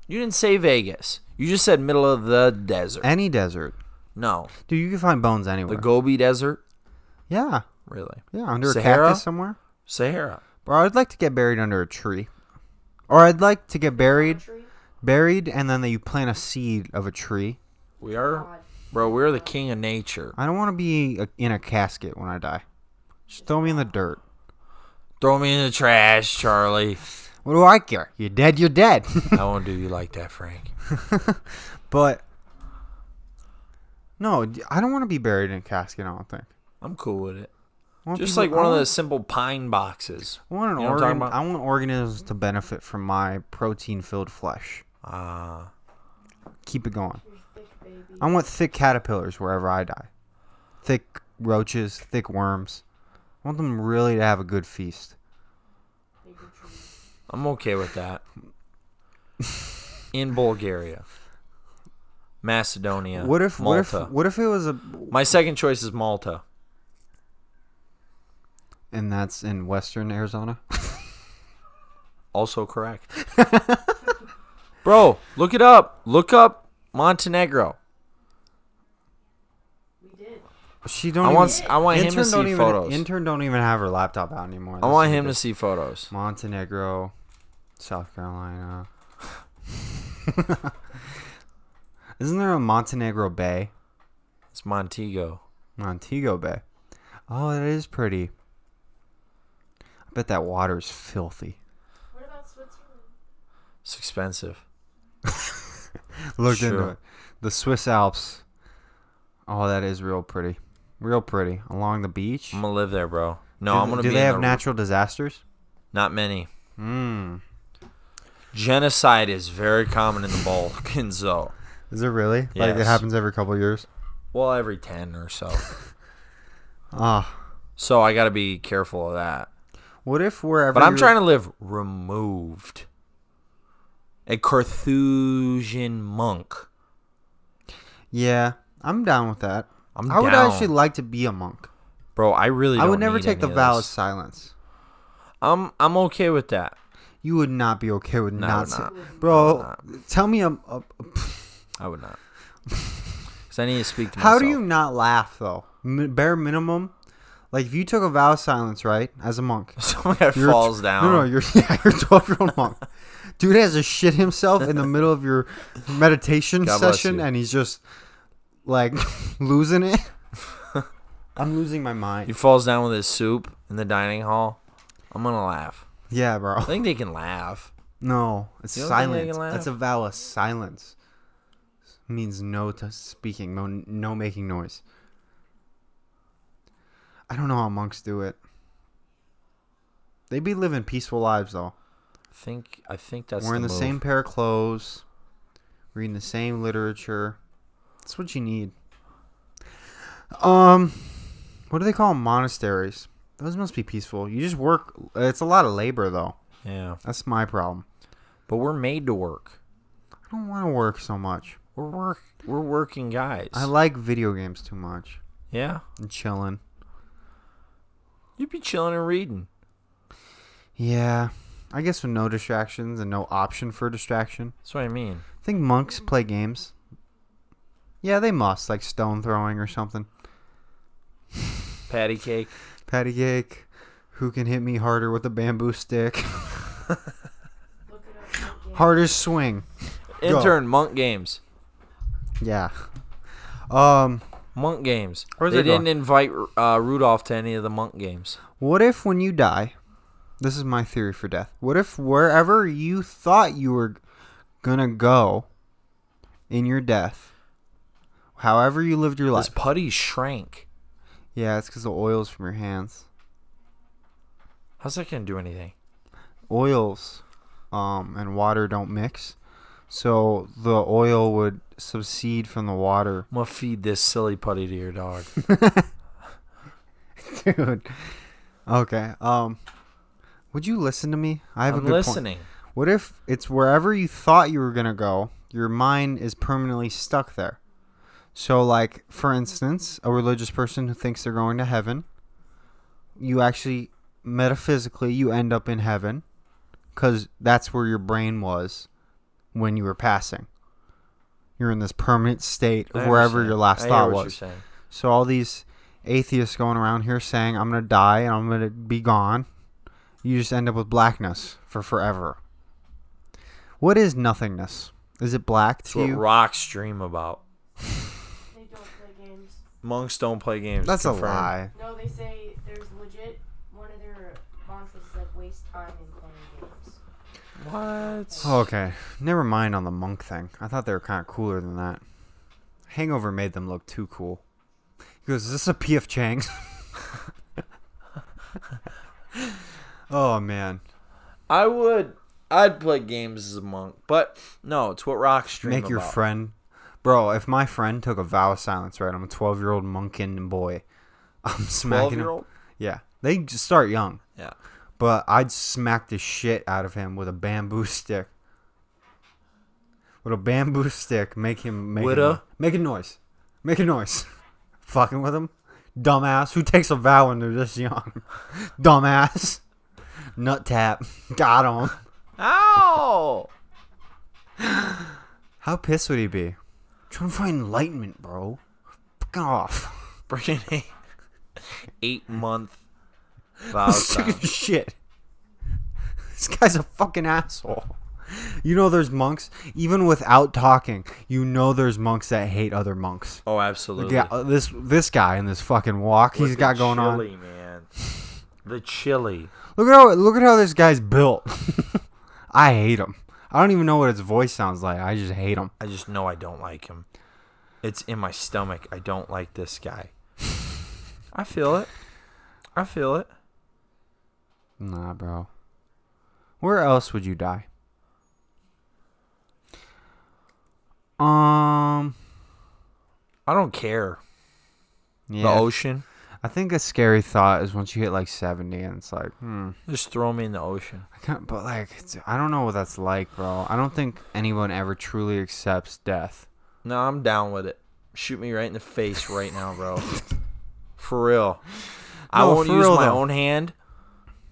You didn't say Vegas. You just said middle of the desert. Any desert, No, dude. You can find bones the anywhere. Gobi Desert. yeah, Really, yeah, under Sahara? a cactus somewhere. Sahara. Bro, I'd like to get buried under a tree, or I'd like to get buried, Country. buried, and then you plant a seed of a tree. We are, God. bro. We're the king of nature. I don't want to be a, in a casket when I die. Just throw me in the dirt. Throw me in the trash, Charlie. What do I care? You're dead. You're dead. (laughs) I won't do you like that, Frank. But no, d- I don't want to be buried in a casket. I don't think. I'm cool with it. I want Just people- like one I of want- those simple pine boxes. I want an you know what I'm talking about? organ. I want organisms to benefit from my protein-filled flesh. Ah, Keep it going. You're thick, baby. I want thick caterpillars wherever I die. Thick roaches, thick worms. I want them really to have a good feast. You could choose. I'm okay with that. In Bulgaria, Macedonia. What if? Malta? What if? What if it was a? My second choice is Malta. And that's in Western Arizona. (laughs) Also correct. (laughs) Bro, look it up. Look up Montenegro. We did. She don't. I even- want I want him Intern to don't see even, photos. Intern don't even have her laptop out anymore. I This want is him to ridiculous. see photos. Montenegro, South Carolina. (laughs) Isn't there a Montenegro Bay? It's Montego. Montego Bay. Oh, that is pretty. I bet that water is filthy. What about Switzerland? It's expensive. Looked Sure. into it. The Swiss Alps. Oh, that is real pretty. Real pretty. Along the beach. I'm gonna live there, bro. No, do I'm gonna do be they in have the- natural disasters? not many. Mm. Genocide is very common in the Balkans though. Is it really? Like it Yes. happens every couple years? Well, every ten or so. Ah. So I gotta be careful of that. What if wherever But I'm you're- trying to live removed. A Carthusian monk. Yeah, I'm down with that. I'm I would down. actually like to be a monk. bro. I really. I would don't never need take the any of vow of this. silence. I'm I'm okay with that. You would not be okay with No, I not, would sa- not. Bro, I tell me a, a- I would not. Cause I need to speak to myself. how do you (laughs) not laugh though? Mi- bare minimum, like if you took a vow of silence, right, as a monk, Someone that you're a tw- falls down. No, no, you're (laughs) yeah, you're a twelve year old monk. Dude has to shit himself in the middle of your meditation God bless session, you. and he's just like (laughs) losing it. (laughs) I'm losing my mind. he falls down with his soup in the dining hall. I'm gonna laugh. Yeah, bro. I think they can laugh. No, it's You don't think they silence. can laugh? That's a vowel. of Silence means no to speaking, no, no making noise. I don't know how monks do it. They be living peaceful lives though. think I think that's Wearing the, move. same pair of clothes, reading the same literature. That's what you need. Um, what do they call 'em? monasteries? Those must be peaceful. You just work. It's a lot of labor though. Yeah, That's my problem. but we're made to work. I don't want to work so much. We're work. We're working guys. I like video games too much yeah, and chilling. you'd be chilling and reading. Yeah, I guess with no distractions and no option for distraction. That's what I mean. I think monks play games. Yeah, they must like stone throwing or something. Patty cake. Patty cake. Who can hit me harder with a bamboo stick? (laughs) Look it up. don't get it. Hardest swing. Go. Intern monk games. Yeah. Um. Monk games. Where's they it going? didn't invite uh, Rudolph to any of the monk games. What if when you die, this is my theory for death. What if wherever you thought you were gonna go in your death, however you lived your life, This putty shrank. yeah, it's because the oils from your hands. How's that gonna do anything? oils um, and water don't mix. So the oil would subside from the water. I'm gonna feed this silly putty to your dog. Dude. Okay. Um would you listen to me? I have a I'm good point. listening. What if it's wherever you thought you were going to go, your mind is permanently stuck there? So like for instance, a religious person who thinks they're going to heaven, you actually metaphysically you end up in heaven cuz that's where your brain was when you were passing. You're in this permanent state of I wherever understand. your I last hear thought what you're was. saying. So all these atheists going around here saying I'm gonna die and I'm gonna be gone, you just end up with blackness for forever. What is nothingness? Is it black That's to what you? rocks dream about. They don't play games. Monks don't play games. That's a confirmed. lie. No, they say there's legit one of their mantras is like waste time in playing games. What? Okay, never mind on the monk thing. I thought they were kind of cooler than that. Hangover made them look too cool. He goes, "Is this a P.F. Chang's?" (laughs) oh man, I would. I'd play games as a monk, but no, it's what rocks dream make about. your friend bro if my friend took a vow of silence right i'm a 12 year old monkin boy (laughs) i'm smacking him Twelve-year-old? yeah they just start young Yeah. but i'd smack the shit out of him with a bamboo (laughs) stick with a bamboo stick make him make, With a, a- make a noise make a noise (laughs) fucking with him dumbass who takes a vow when they're this young (laughs) dumbass nut tap (laughs) got him Ow! how pissed would he be trying to find enlightenment bro fucking off (laughs) Bringing (laughs) a eight month vow (laughs) Sick time. as shit. This guy's a fucking asshole. You know there's monks, even without talking, you know there's monks that hate other monks. Oh, Like, absolutely. yeah, uh, this this guy in this fucking walk With he's the got going on. chili, man. The chili. Look at how look at how this guy's built. (laughs) I hate him. I don't even know what his voice sounds like. I just hate him. I just know I don't like him. It's in my stomach. I don't like this guy. I feel it. I feel it. Nah, bro. Where else would you die? Um, I don't care. yeah. The ocean. I think a scary thought is once you hit like 70 and it's like, hmm, Just throw me in the ocean. I can't, but like, it's, I don't know what that's like, bro. I don't think anyone ever truly accepts (laughs) death. No, I'm down with it. Shoot me right in the face right now, bro. for real. I No, won't for use real, my though. own hand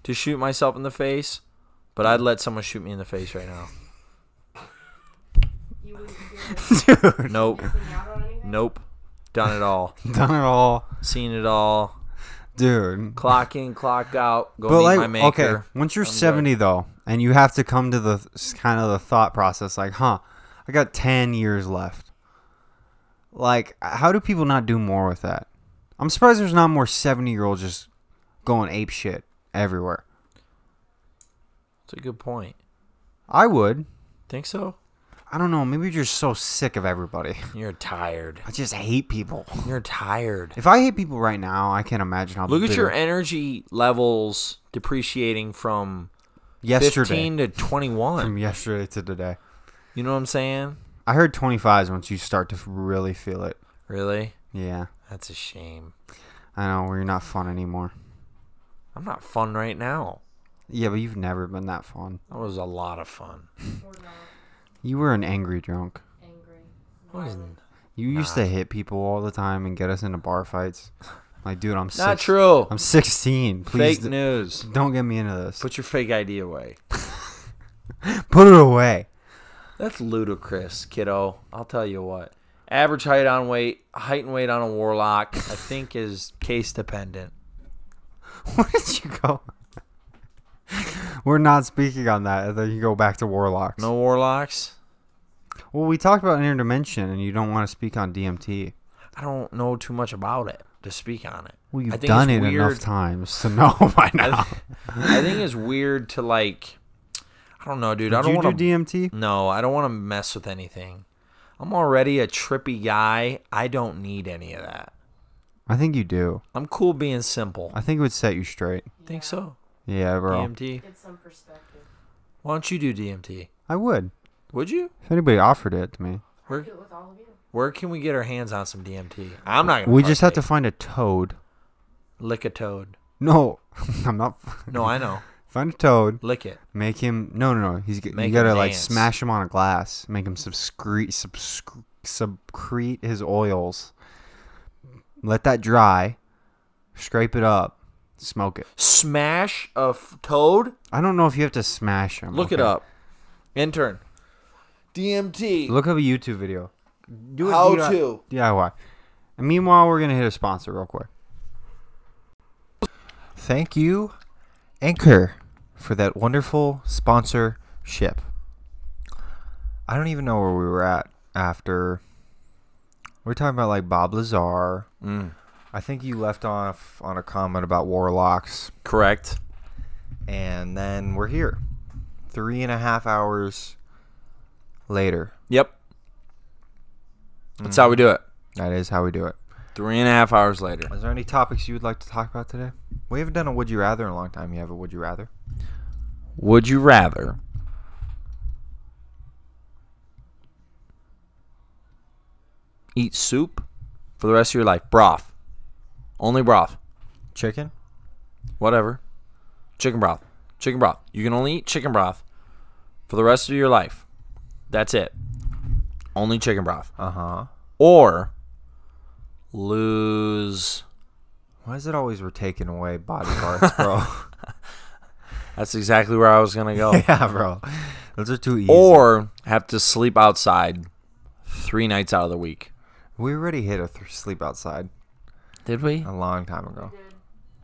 to shoot myself in the face, but I'd let someone shoot me in the face right now. You wouldn't feel Dude, (laughs) Nope. like missing out on anything. Nope. Done it all. done it all. Seen it all. Dude. Clock in, clock out. Go But meet like, my maker. okay, once you're I'm good. 70, though, and you have to come to the s- kind of the thought process like, huh, I got 10 years left. Like, how do people not do more with that? I'm surprised there's not more 70 year olds just going ape shit everywhere. It's a good point. I would. Think so? I don't know. Maybe you're just so sick of everybody. (laughs) You're tired. I just hate people. You're tired. If I hate people right now, I can't imagine how. Look at your bitter- energy levels depreciating from yesterday 15 to 21. (laughs) from yesterday to today. You know what I'm saying? I heard 25s once you start to really feel it. Really? Yeah, That's a shame. I know where you're not fun anymore. I'm not fun right now. Yeah, but you've never been that fun. That was a lot of fun. We're not You were an angry drunk. angry. I wasn't- You used to hit people all the time and get us into bar fights. Like, dude, I'm Not six, true. I'm 16. Please Fake d- news. don't get me into this. (laughs) Put, Put your fake ID away. it away. (laughs) That's ludicrous, kiddo. I'll tell you what. Average height on weight, height and weight on a warlock, I think is case dependent. Where did you go? (laughs) we're not speaking on that. And then you go back to warlocks. No warlocks. Well, we talked about interdimension, and you don't want to speak on DMT. I don't know too much about it to speak on it. Well, I you've think done it it's enough weird- times to know (laughs) by now. (laughs) I, I think it's weird to like. I don't know, dude. I Did don't you do want to. DMT? no, I don't want to mess with anything. I'm already a trippy guy. I don't need any of that. I think you do. I'm cool being simple. I think it would set you straight. think Yeah, so. Yeah, bro. DMT. Get some perspective. Why don't you do DMT? I would. Would you? If anybody offered it to me, I Where do it with all of you. Where can we get our hands on some DMT? I'm not. Gonna we just have to partake. find a toad. lick a toad. No, (laughs) I'm not. No, I know. (laughs) Find a toad. Lick it. Make him. No, no, no. He's g- Make you him gotta like dance. smash him on a glass. Make him subscrete, subscre- subcrete his oils. Let that dry. Scrape it up. Smoke it. Smash a f- toad. I don't know if you have to smash him. Look it okay? up. Intern. DMT. Look up a YouTube video. Do it. How DIY. to. DIY. And meanwhile, we're gonna hit a sponsor real quick. Thank you, Anchor, for that wonderful sponsorship. I don't even know where we were at after. We are talking about like Bob Lazar. I think you left off on a comment about warlocks, Correct. and then we're here, three and a half hours later. Yep. That's how we do it. That is how we do it. Three and a half hours later. Is there any topics you would like to talk about today? We haven't done a would you rather in a long time. You have a would you rather? Would you rather? Eat soup for the rest of your life. Broth. Only broth. Chicken? Whatever. Chicken broth. Chicken broth. You can only eat chicken broth for the rest of your life. That's it. Only chicken broth. Uh huh. Or lose. Why is it always we're taking away body parts, bro? That's exactly where I was going to (laughs) (laughs) go. (laughs) yeah, bro. Those are too easy. or have to sleep outside three nights out of the week. we already hit a th- sleep outside Did we? a long time ago. You did.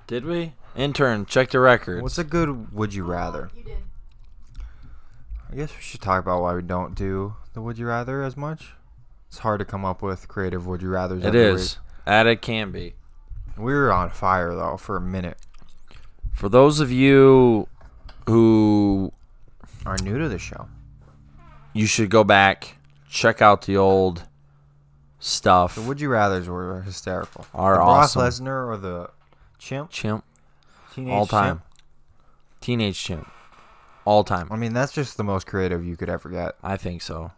Did we? Intern, check the records. What's a good would you rather? You did. I guess we should talk about why we don't do the would you rather as much. It's hard to come up with creative would you rather's. it every is. At it can be. week. We were on fire though for a minute. For those of you who Are new to the show? you should go back, check out the old stuff. The would you rather's were hysterical. Are the awesome. Brock Lesnar or the chimp? chimp. Teenage All time. Chimp? Teenage chimp. All time. I mean, that's just the most creative you could ever get. I think so.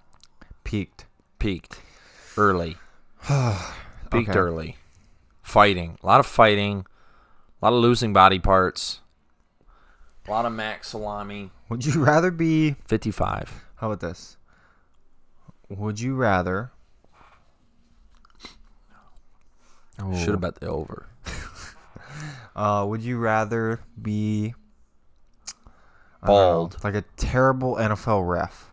Peaked. Peaked. Early. Peaked Okay. early. Fighting. A lot of fighting. A lot of losing body parts. A lot of mac salami. Would you rather be 55. How about this? Would you rather? Should have bet the over. Uh, would you rather be I don't know, Bald. like a terrible NFL ref?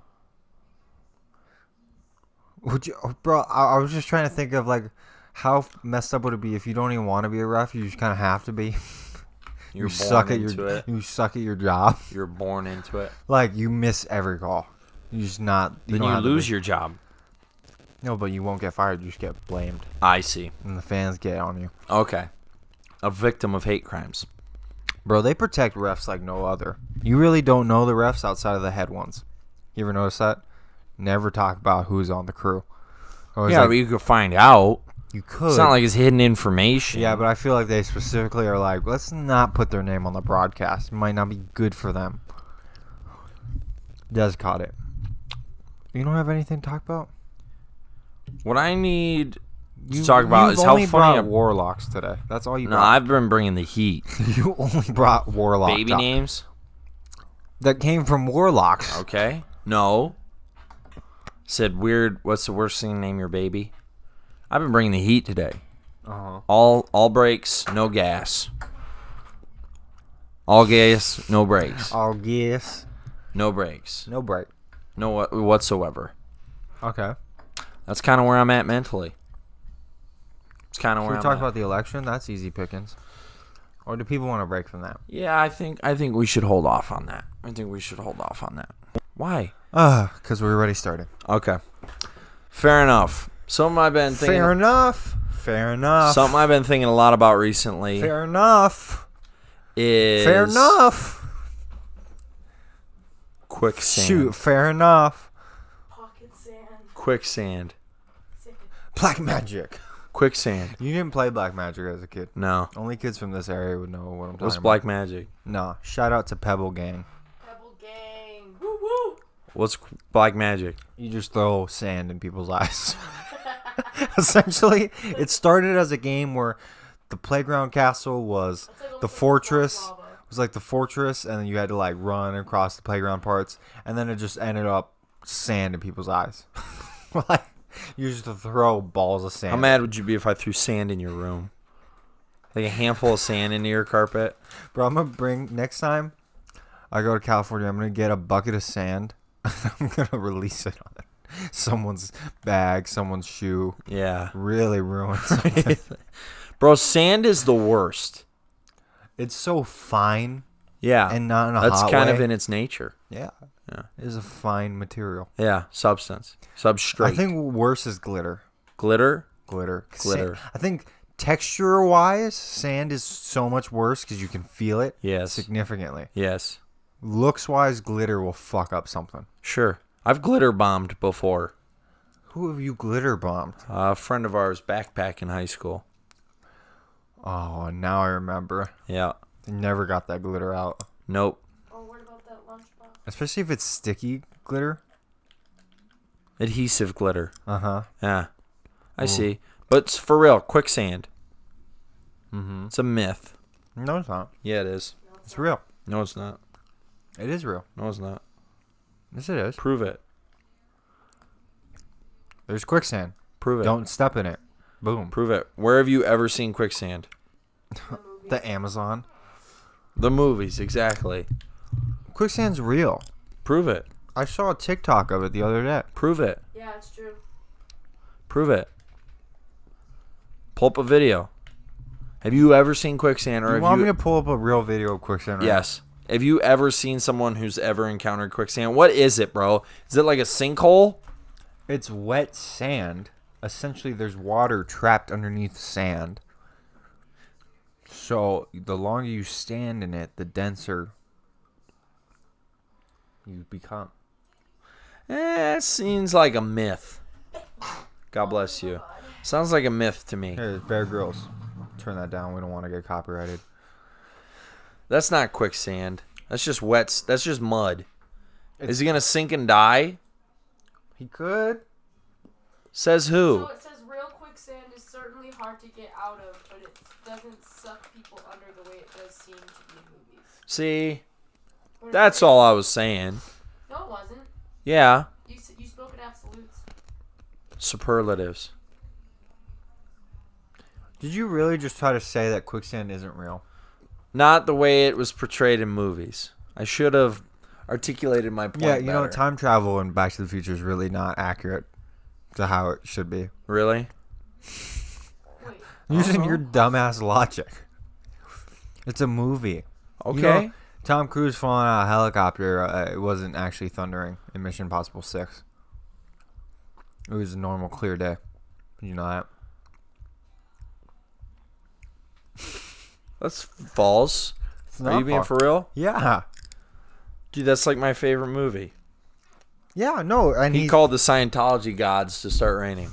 Would you, oh, bro? I, I was just trying to think of like how f- messed up would it be if you don't even want to be a ref, you just kind of have to be. (laughs) You're you suck at your (laughs) you suck at your job. You're born into it. Like you miss every call. You just not. Then you lose your job. No, but you won't get fired. You just get blamed, I see. and the fans get on you. Okay. A victim of hate crimes. Bro, they protect refs like no other. You really don't know the refs outside of the head ones. You ever notice that? Never talk about who's on the crew. I was Yeah, like, but you could find out. you could. It's not like it's hidden information. yeah, but I feel like they specifically are like, let's not put their name on the broadcast. It might not be good for them. Des caught it. You don't have anything to talk about. what I need You- to talk about you've is how only funny. brought a- warlocks today. That's all you no, brought. I've been bringing the heat. (laughs) you only brought warlock Baby talk. names. that came from warlocks. Okay. No. Said weird. What's the worst thing to name your baby? I've been bringing the heat today. Uh-huh. All all brakes, no gas. All gas, no brakes. All yes. No brakes. No break. No what- whatsoever. Okay. That's kind of where I'm at mentally. It's kind of Should where we I'm talk at. about the election? That's easy pickings. Or do people want to break from that? Yeah, I think I think we should hold off on that. I think we should hold off on that. Why? Uh, because we're already starting. Okay. Fair enough. Something I've been thinking Fair enough. Fair enough. something I've been thinking a lot about recently Fair enough. is Fair enough. quicksand. Shoot, fair enough. Pocket sand. Quicksand. Sick. Black magic. Quicksand. You didn't play black magic as a kid. No. Only kids from this area would know what I'm talking What's about. black magic? Nah. Shout out to Pebble Gang. Pebble gang. Woo woo. What's qu- black magic? You just throw sand in people's (laughs) eyes. Essentially, it started as a game where the playground castle was That's like the Olympic fortress lava. was like the fortress and then you had to like run across the playground parts and then it just ended up sand in people's eyes. (laughs) like you used to throw balls of sand. How mad would you be if I threw sand in your room? Like a handful of sand into your carpet? Bro, I'm gonna bring next time I go to California, I'm gonna get a bucket of sand. (laughs) I'm gonna release it on someone's bag, someone's shoe. Yeah. Really ruin something. Bro, sand is the worst. It's so fine Yeah. and not in a That's hot kind of way. in its nature. yeah. Yeah. It is a fine material. Yeah. Substance. Substrate. I think worse is glitter. glitter. Glitter. Sa- Glitter. I think texture wise, sand is so much worse because you can feel it Yes. significantly. Yes. Looks wise, glitter will fuck up something. Sure. I've glitter bombed before. Who have you glitter bombed? a friend of ours backpack in high school. Oh, now I remember. Yeah. They never got that glitter out. Nope. Oh, what about that lunchbox? Especially if it's sticky glitter. Adhesive glitter. Uh huh. Yeah. I see. But it's for real, quicksand. Mm-hmm. It's a myth. No, it's not. Yeah, it is. It's real. No, it's not. It is real. No, it's not. Yes, it is. Prove it. There's quicksand. Prove it. Don't step in it. Boom. prove it. Where have you ever seen quicksand? The Amazon. The movies, exactly. Quicksand's real. Prove it. I saw a TikTok of it the other day. Prove it. Yeah, it's true. Prove it. Pull up a video. Have you ever seen quicksand or You have want you me to pull up a real video of quicksand? Right? Yes. Have you ever seen someone who's ever encountered quicksand? What is it, bro? Is it like a sinkhole? It's wet sand. Essentially, there's water trapped underneath sand. So the longer you stand in it, the denser you become. Eh, it seems like a myth. God bless you. Sounds like a myth to me. Here, Bear Grylls. Turn that down. We don't want to get copyrighted. That's not quicksand. That's just wet. s- That's just mud. Is he gonna sink and die? He could. Says So who? it says real quicksand is certainly hard to get out of, but it doesn't suck people under the way it does seem to be in movies. See, What that's if it- all I was saying. No, it wasn't. Yeah, You s- you spoke in absolutes. superlatives. Did you really just try to say that quicksand isn't real? Not the way it was portrayed in movies. I should have articulated my point. yeah, you know, better. time travel in Back to the Future is really not accurate to how it should be. Really? Wait, Using your dumbass logic. It's a movie. Okay. You know, Tom Cruise falling out of a helicopter, uh, it wasn't actually thundering in Mission Impossible 6. It was a normal, clear day. You know that? That's false. It's Are you being far- for real? Yeah. Dude, that's like my favorite movie. Yeah, no, and He he's- called the Scientology gods to start raining.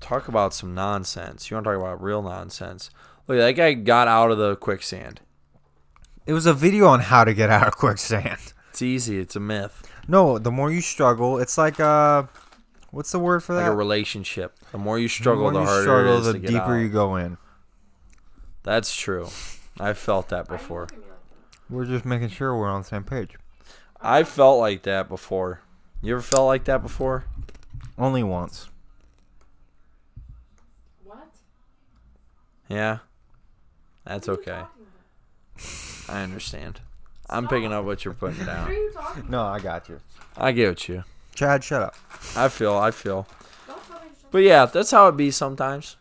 Talk about some nonsense. You want to talk about real nonsense? Look, that guy got out of the quicksand. it was a video on how to get out of (laughs) quicksand. It's easy. It's a myth. No, the more you struggle, it's like uh, what's the word for Like that? a relationship. The more you struggle, Uh, more the you harder struggle, it is the to get deeper out. you go in. That's true. I felt that before. We're just making sure we're on the same page. I felt like that before. You ever felt like that before? Only once. What? Yeah. That's What are you okay. talking about? I understand. I'm picking up what you're putting What are down. you talking about? No, I got you. I get you. Chad, shut up. I feel. I feel. Don't tell me to shut But yeah, that's how it be sometimes.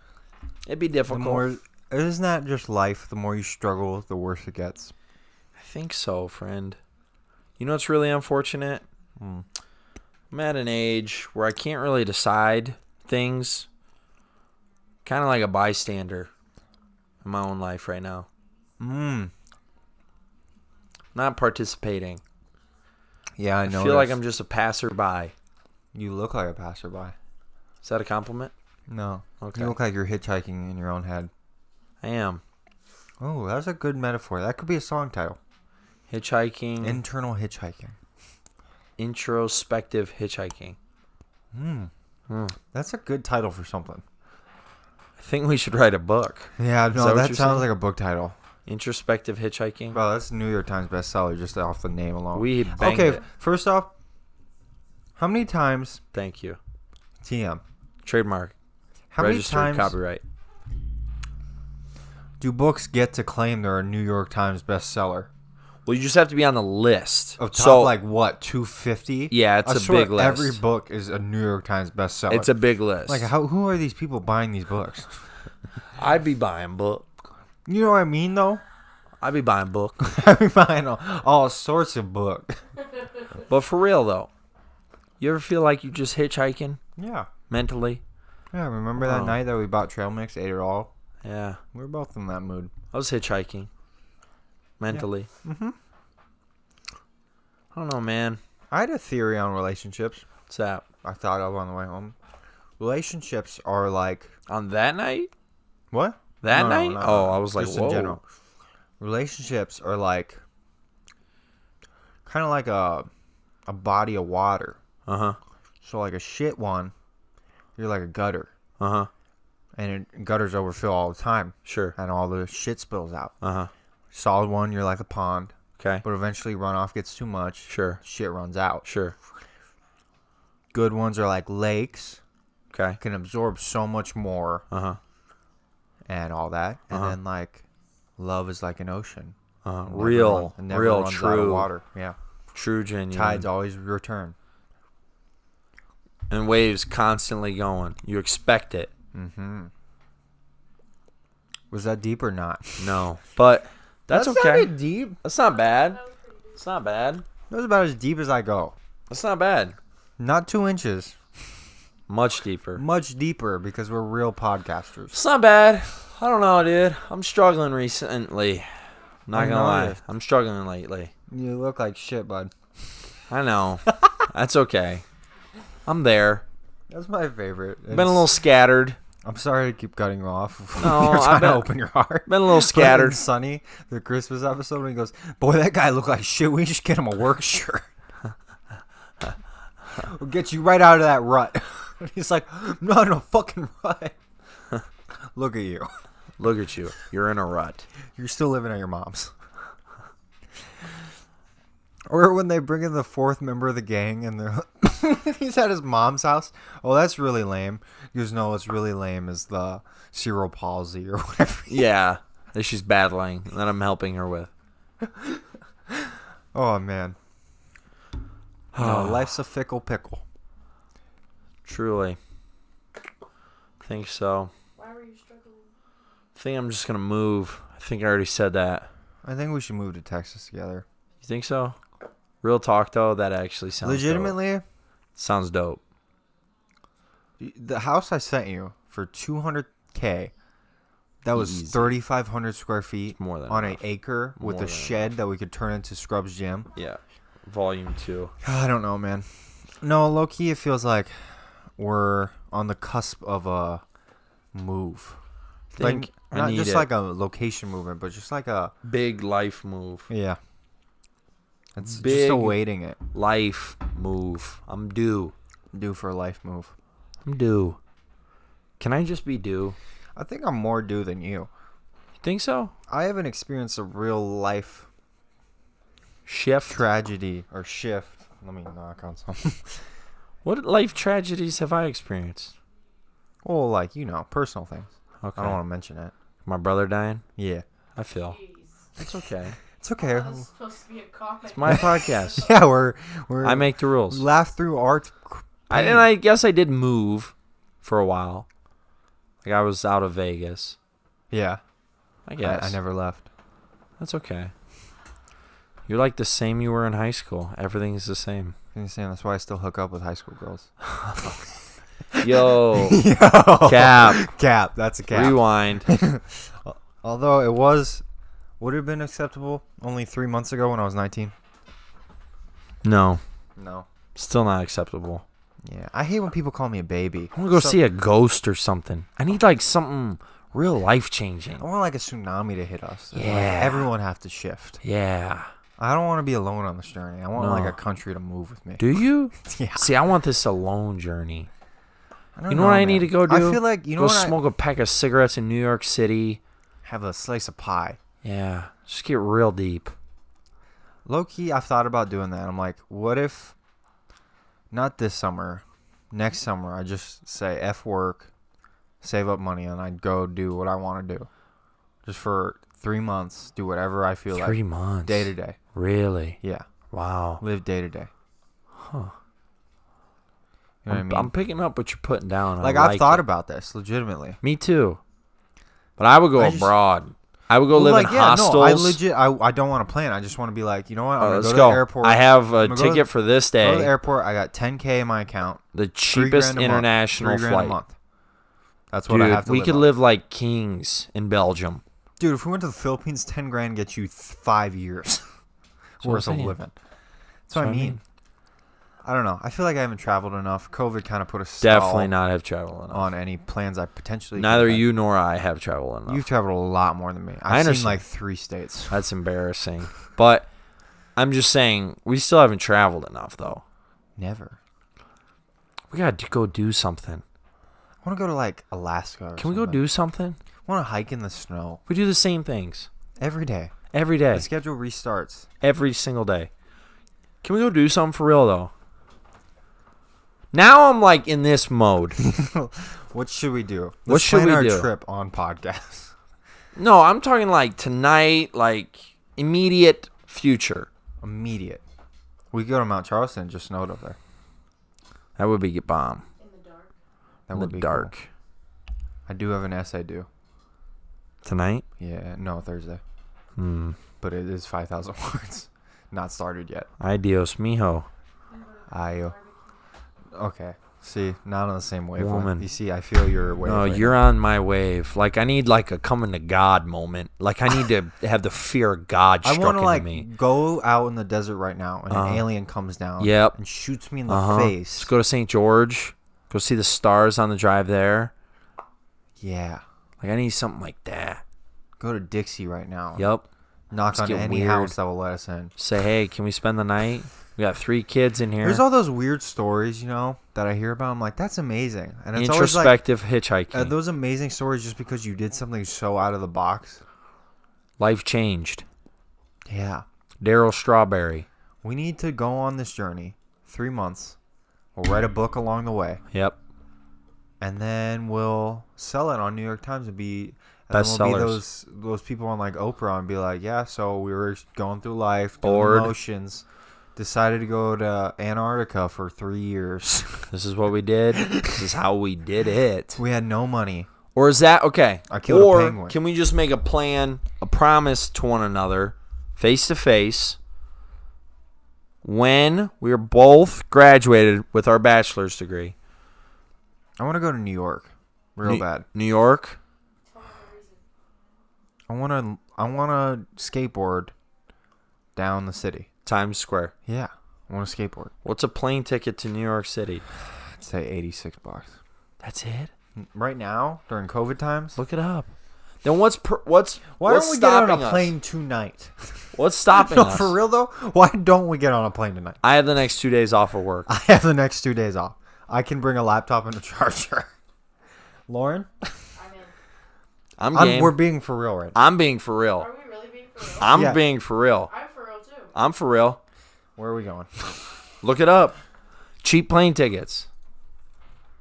It'd be The difficult. more, isn't that just life? The more you struggle, the worse it gets. I think so, friend. You know what's really unfortunate? Hmm. I'm at an age where I can't really decide things. Kind of like a bystander in my own life right now. Mm. Not participating. Yeah, I I know. feel like I'm just a passerby. You look like a passerby. Is that a compliment? No. Okay. You look like you're hitchhiking in your own head. I am. Oh, that's a good metaphor. That could be a song title. Hmm. Hitchhiking, Internal hitchhiking. introspective hitchhiking. Mm. Hmm. That's a good title for something. I think we should write a book. Yeah, that no, what that, you're sounds saying? like a book title. Introspective hitchhiking. Well, that's New York Times bestseller just off the name alone. We banged okay, it. first off, how many times Thank you. TM? Trademark. How Registered many times copyright. do books get to claim they're a New York Times bestseller? Well, you just have to be on the list. Of top so like what, 250? Yeah, it's I a swear big list. Every book is a New York Times bestseller. it's a big list. like how who are these people buying these books? I'd be buying book. You know what I mean though? (laughs) I'd be buying book. I'm buying all, all sorts of books. but for real though, you ever feel like you just hitchhiking (laughs) Yeah. mentally? Yeah, remember that Wow. night that we bought trail mix, ate it all? Yeah, We were both in that mood. I was hitchhiking mentally. Mm-hmm. I don't know, man. I had a theory on relationships. What's that? I thought of on the way home. Relationships are like On that night? what? That No, no, night? no, no, oh, no. I was like, Just whoa. in general. Relationships are like kind of like a a body of water. Uh huh. So like a shit one, you're like a gutter, Uh huh. and it, gutters overfill all the time, Sure. and all the shit spills out. Uh huh. Solid one, you're like a pond, Okay. but eventually runoff gets too much. Sure. Shit runs out. Sure. Good ones are like lakes, Okay. can absorb so much more Uh huh. and all that. And Uh-huh. then like love is like an ocean. Uh, Never real, run- never real, runs true, Mm-hmm. Out of water. Yeah. true, genuine. Tides always return. and waves constantly going. You expect it. Was that deep or not? No, but that's That okay. sounded deep. That's not bad. It's not bad. That was about as deep as I go. That's not bad. Not two inches. Much deeper. Much deeper because we're real podcasters. It's not bad. I don't know, dude. I'm struggling recently. Not I gonna lie. noticed. I'm struggling lately. You look like shit, bud. I know. That's okay. I'm there. That's my favorite. Been a little scattered. I'm sorry to keep cutting you off. (laughs) No, You're I trying to bet- open your heart. Been a little Scattered scattered. Sunny, the Christmas episode, when he goes, "Boy, that guy looked like shit. We should get him a work shirt. (laughs) we'll get you right out of that rut." (laughs) And he's like, "I'm not in a fucking rut. (laughs) Look at you. Look at you. You're in a rut. You're still living at your mom's." (laughs) Or when they bring in the fourth member of the gang and they're (laughs) he's at his mom's house. Oh, that's really lame. He goes, no, what's really lame is the cerebral palsy or (laughs) whatever. Yeah. That she's battling. That I'm helping her with. Oh man. (sighs) No, life's a fickle pickle. Truly. think so. Why were you struggling? I think I'm just gonna move. I think I already said that. I think we should move to Texas together. You think so? Real talk though, that actually sounds dope. Legitimately, sounds dope. y- the house I sent you for 200k, that was Easy. 3,500 square feet More than on enough. an acre with More a than shed that we could turn into Scrubs Gym. Yeah. Volume two. I don't know, man. No, low key, it feels like we're on the cusp of a move. Think like I not need just it. like a location movement, but just like a Big life move. yeah. It's just Big- awaiting it. Life move. I'm due. Due for a life move. I'm due. Can I just be due? I think I'm more due than you. Think so? I haven't experienced a real life Shift. tragedy or shift. Let me knock on something. what life tragedies have I experienced? (laughs) well, like you know, personal things. Okay. I don't want to mention it. My brother dying. Yeah, I feel. Jeez. It's (laughs) okay. it's okay. That was supposed to be a comment. It's my podcast. (laughs) yeah, we're we're I make the rules. laugh through art. I, Hmm. and I guess I did move for a while. Like I was out of Vegas. Yeah, I yeah. guess. I, I never left. That's okay. You're like the same you were in high school. Everything's the (laughs) same. You understand? That's why I still hook up with high school (laughs) girls. Yo, cap, (laughs) Cap. (laughs) cap. That's a cap. (laughs) rewind. Although it was, would have been acceptable only three months ago when I was 19. No, No. still not acceptable. Yeah, I hate when people call me a baby. I want to go So- see a ghost or something. I need like something real life changing. I want like a tsunami to hit us. Like, Yeah. everyone have to shift. Yeah. I don't want to be alone on this journey. I want like No. a country to move with me. Do you? (laughs) Yeah. See, I want this alone journey. I don't You know, what I need to man. go do? I feel like you know go what I- smoke a pack of cigarettes in New York City. have a slice of pie. Yeah, just get real deep. Low key, I've thought about doing that. I'm like, what if not this summer, next summer, I just say F work, save up money, and I'd go do what I want to do. Just for three months, do whatever I feel Three like. months. Day to day. Really? Yeah. Wow. Live day to day. Huh. You know I'm, what I I'm mean? picking up what you're putting down. I like, I've thought it. about this legitimately. Me too. But I would go I just- abroad. I would go live like, in yeah, hostels. No, I legit, I, I don't want to plan. I just want to be like, you know what? I'm Uh, gonna let's go to go. the airport. I have I'm a gonna go to- ticket for this go to the day. airport. I got 10k in my account. The Three cheapest grand a month. international Three grand flight. A month. That's what Dude, I have to we live could on. live like kings in Belgium. Dude, if we went to the Philippines, ten grand gets you th- five years (laughs) what worth I'm of saying. living. That's what I mean. I don't know. I feel like I haven't traveled enough. COVID kind of put a stall Definitely not have traveled enough. on any plans I potentially. could Neither have. you nor I have traveled enough. You've traveled a lot more than me. I I've seen understand. like three states. That's embarrassing. But I'm just saying, we still haven't traveled enough, though. Never. We got to go do something. I want to go to like Alaska. Or Can we go do something? Want to hike in the snow We do the same things every day. every day, The schedule restarts. every single day. Can we go do something for real, though? Now I'm like in this (laughs) mode. What should we do? Let's What should plan we our do? trip on (laughs) podcast. no, I'm talking like tonight, like immediate future. Immediate. We could go to Mount Charleston. It Just snowed up there. That would be bomb. in the dark. That In would the be cool. dark. I do have an essay due. Tonight? Yeah, no, Thursday. Hmm. But it is 5,000 (laughs) words. Not started yet. Adios, mijo. I. uh, Okay. See, not on the same wavelength. Woman. You see, I feel your No, wavelength. Oh, you're on my wave. Like I need like a coming to God moment. Like I need (laughs) to have the fear of God I struck want to into like me. go out in the desert right now, and Uh-huh. an alien comes down. Yep. And shoots me in the Uh huh. face. Let's go to St. George. Go see the stars on the drive there. Yeah. Like I need something like that. Go to Dixie right now. Yep. Knock Let's on get any weird. house that will let us in. Say hey, can we spend the night? We got three kids in here. There's all those weird stories, you know, that I hear about. I'm like, that's amazing. And it's always like, Introspective hitchhiking. are those amazing stories just because you did something so out of the box? Life changed. Yeah. Daryl Strawberry. We need to go on this journey. Three months. We'll write a book along the way, Yep. and then we'll sell it on New York Times and be and then we'll be Bestsellers. those those people on like Oprah and be like, yeah, so we were going through life, doing Bored. emotions, decided to go to Antarctica for three years. (laughs) This is what we did. this is how we did it. we had no money. Or is that okay? I killed a or penguin. can we just make a plan, a promise to one another, face to face, when we're both graduated with our bachelor's degree? I want to go to New York, real New- bad. New York. Tell me the reason. I want to I want to skateboard down the city. Times Square. Yeah, I want a skateboard. What's a plane ticket to New York City? I'd say 86 bucks. That's it. Right now, during COVID times, Look it up. Then what's per, what's why what's don't we get stopping on a us? plane tonight? What's stopping (laughs) no, us? for real though, why don't we get on a plane tonight? (laughs) I have the next two days off of work. I have the next two days off. I can bring a laptop and a (laughs) charger. Lauren, I'm in. I'm I'm, game. we're being for real right now. I'm being for real. Are we really being for real? I'm Yeah. being for real. I'm for real too. (laughs) I'm for real. Where are we going? Look it up. Cheap plane tickets.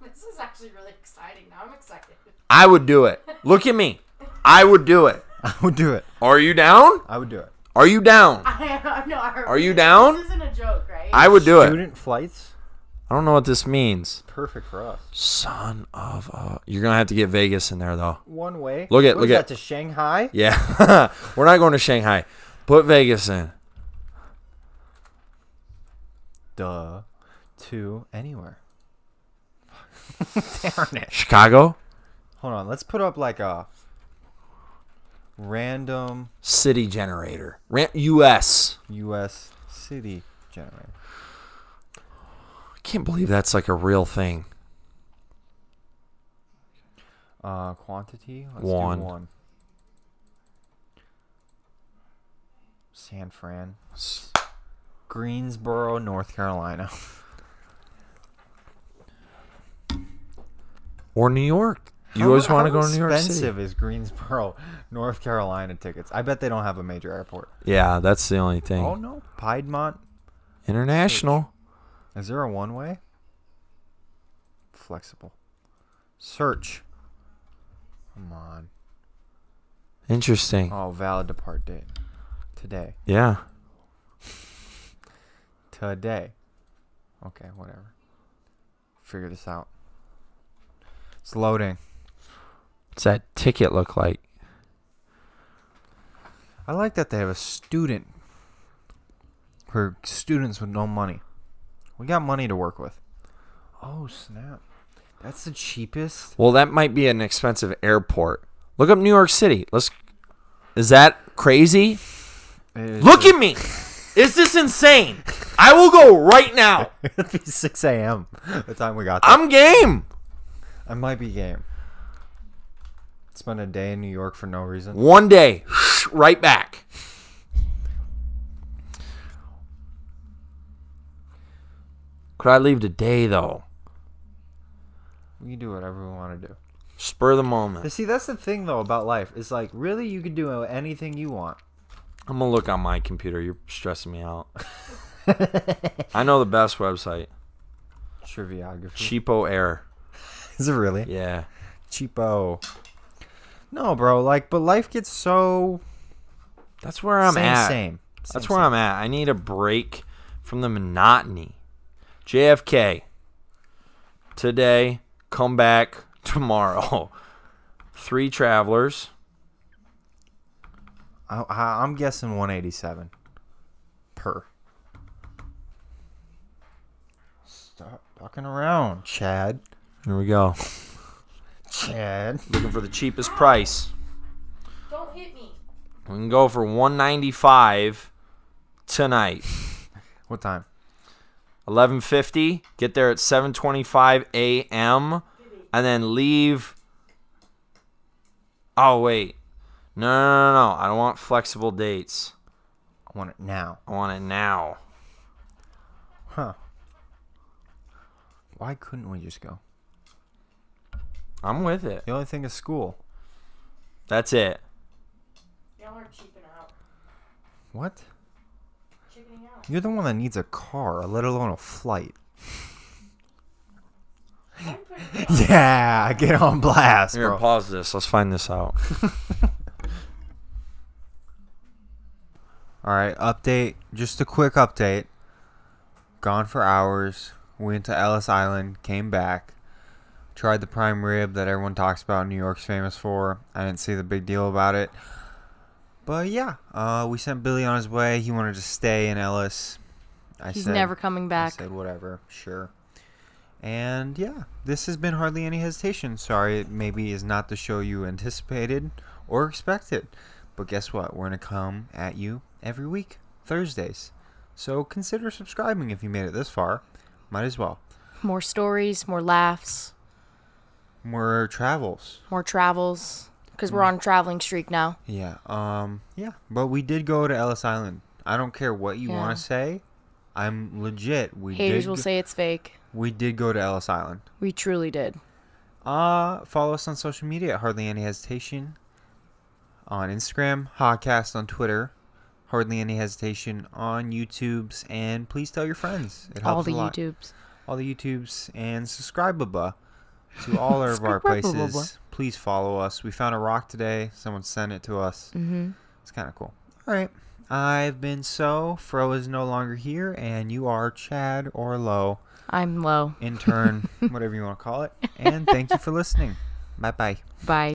This is actually really exciting. Now I'm excited. (laughs) I would do it. Look at me. I would do it. (laughs) I would do it. Are you down? I would do it. Are you down? I know. Are you down? This isn't a joke, right? I would do it. Student flights, I don't know what this means. perfect for us. Son of a. You're going to have to get Vegas in there, though. One way. Look at- What look is at- that to Shanghai. Yeah. (laughs) We're not going to Shanghai. Put Vegas in. Duh. To anywhere. (laughs) Darn it. Chicago? Hold on. Let's put up like a random City generator. Rent US. U.S. city generator. I can't believe that's like a real thing. Uh, quantity. Let's One. do one. San Fran, S- Greensboro, North Carolina. Or New York. You (laughs) How- always want to how go to New York City. Expensive is Greensboro, (laughs) North Carolina tickets. I bet they don't have a major airport. Yeah, that's the only thing. Oh no, Piedmont. International. Is there a one way? Flexible. Search. Come on. Interesting. Oh, valid depart date. Today. Yeah. Today. Okay, whatever. Figure this out. It's loading. What's that ticket look like? I like that they have a student. For students with no money. We got money to work with. Oh, snap. That's the cheapest. Well, that might be an expensive airport. Look up New York City. Let's. Is that crazy? It is Look at me. Is this insane? I will go right now. (laughs) It'd be 6 a.m. the time we got there. I'm game. I might be game. Spend a day in New York for no reason. One day, (sniffs) right back. Could I leave today though? We can do whatever we want to do. Spur the But moment. see, that's the thing though about life. It's like really, you can do anything you want. I'm gonna look on my computer. You're stressing me (laughs) out. I know the best website. Triviography. (laughs) Cheapo Air. Is it really Yeah. cheapo? No, bro. Like, but life gets so That's where I'm same, at. same. That's where I'm at. I need a break from the monotony. JFK. Today, come back (laughs) tomorrow. Three travelers. I'm. I, I'm guessing 187 per. Stop fucking around, Chad. Here we go. Chad. Looking for the cheapest price. Don't hit me. We can go for 195 tonight. What time? 11:50. Get there at 7:25 a.m. and then leave. Oh wait, no, no, no, no! I don't want flexible dates. I want it now. I want it now. Huh. Why couldn't we just go? I'm with it. The only thing is school. That's it. Y'all are cheaping out. What? Cheapening (laughs) out. You're the one that needs a car, let alone a flight. I'm pretty Yeah, get on blast, Here, bro. pause this. Let's find this out. All right, update. Just a quick update. Gone for hours. Went to Ellis Island. Came back. Tried the prime rib that everyone talks about. New York's famous for. I didn't see the big deal about it. But yeah, uh, we sent Billy on his way. He wanted to stay in Ellis. I He's said- never coming I back. said whatever, sure. And yeah, this has been hardly any hesitation. Sorry, it maybe is not the show you anticipated or expected. But guess what? We're going to come at you every week, Thursdays. So consider subscribing if you made it this far. Might as well. More stories, more laughs, More travels. more travels. Because we're on a traveling streak now. Yeah. Um. Yeah. But we did go to Ellis Island. I don't care what you Yeah. want to say. I'm legit. We Haters did. will go- say it's fake. we did go to Ellis Island. We truly did. Uh, follow us on social media at Hardly Any Hesitation. On Instagram, Hotcast on Twitter, Hardly Any Hesitation on YouTubes, and please tell your friends. It helps All the a lot. YouTubes. All the YouTubes and subscribe bubba to all of our Subscribe-a-bubba. places. Please follow us. We found a rock today. Someone sent it to us. Mm-hmm. It's kind of cool. All right. I've been so. Fro is no longer here, and you are Chad or Low, I'm low. (laughs) intern, whatever you want to call it. And thank you for listening. Bye bye. Bye.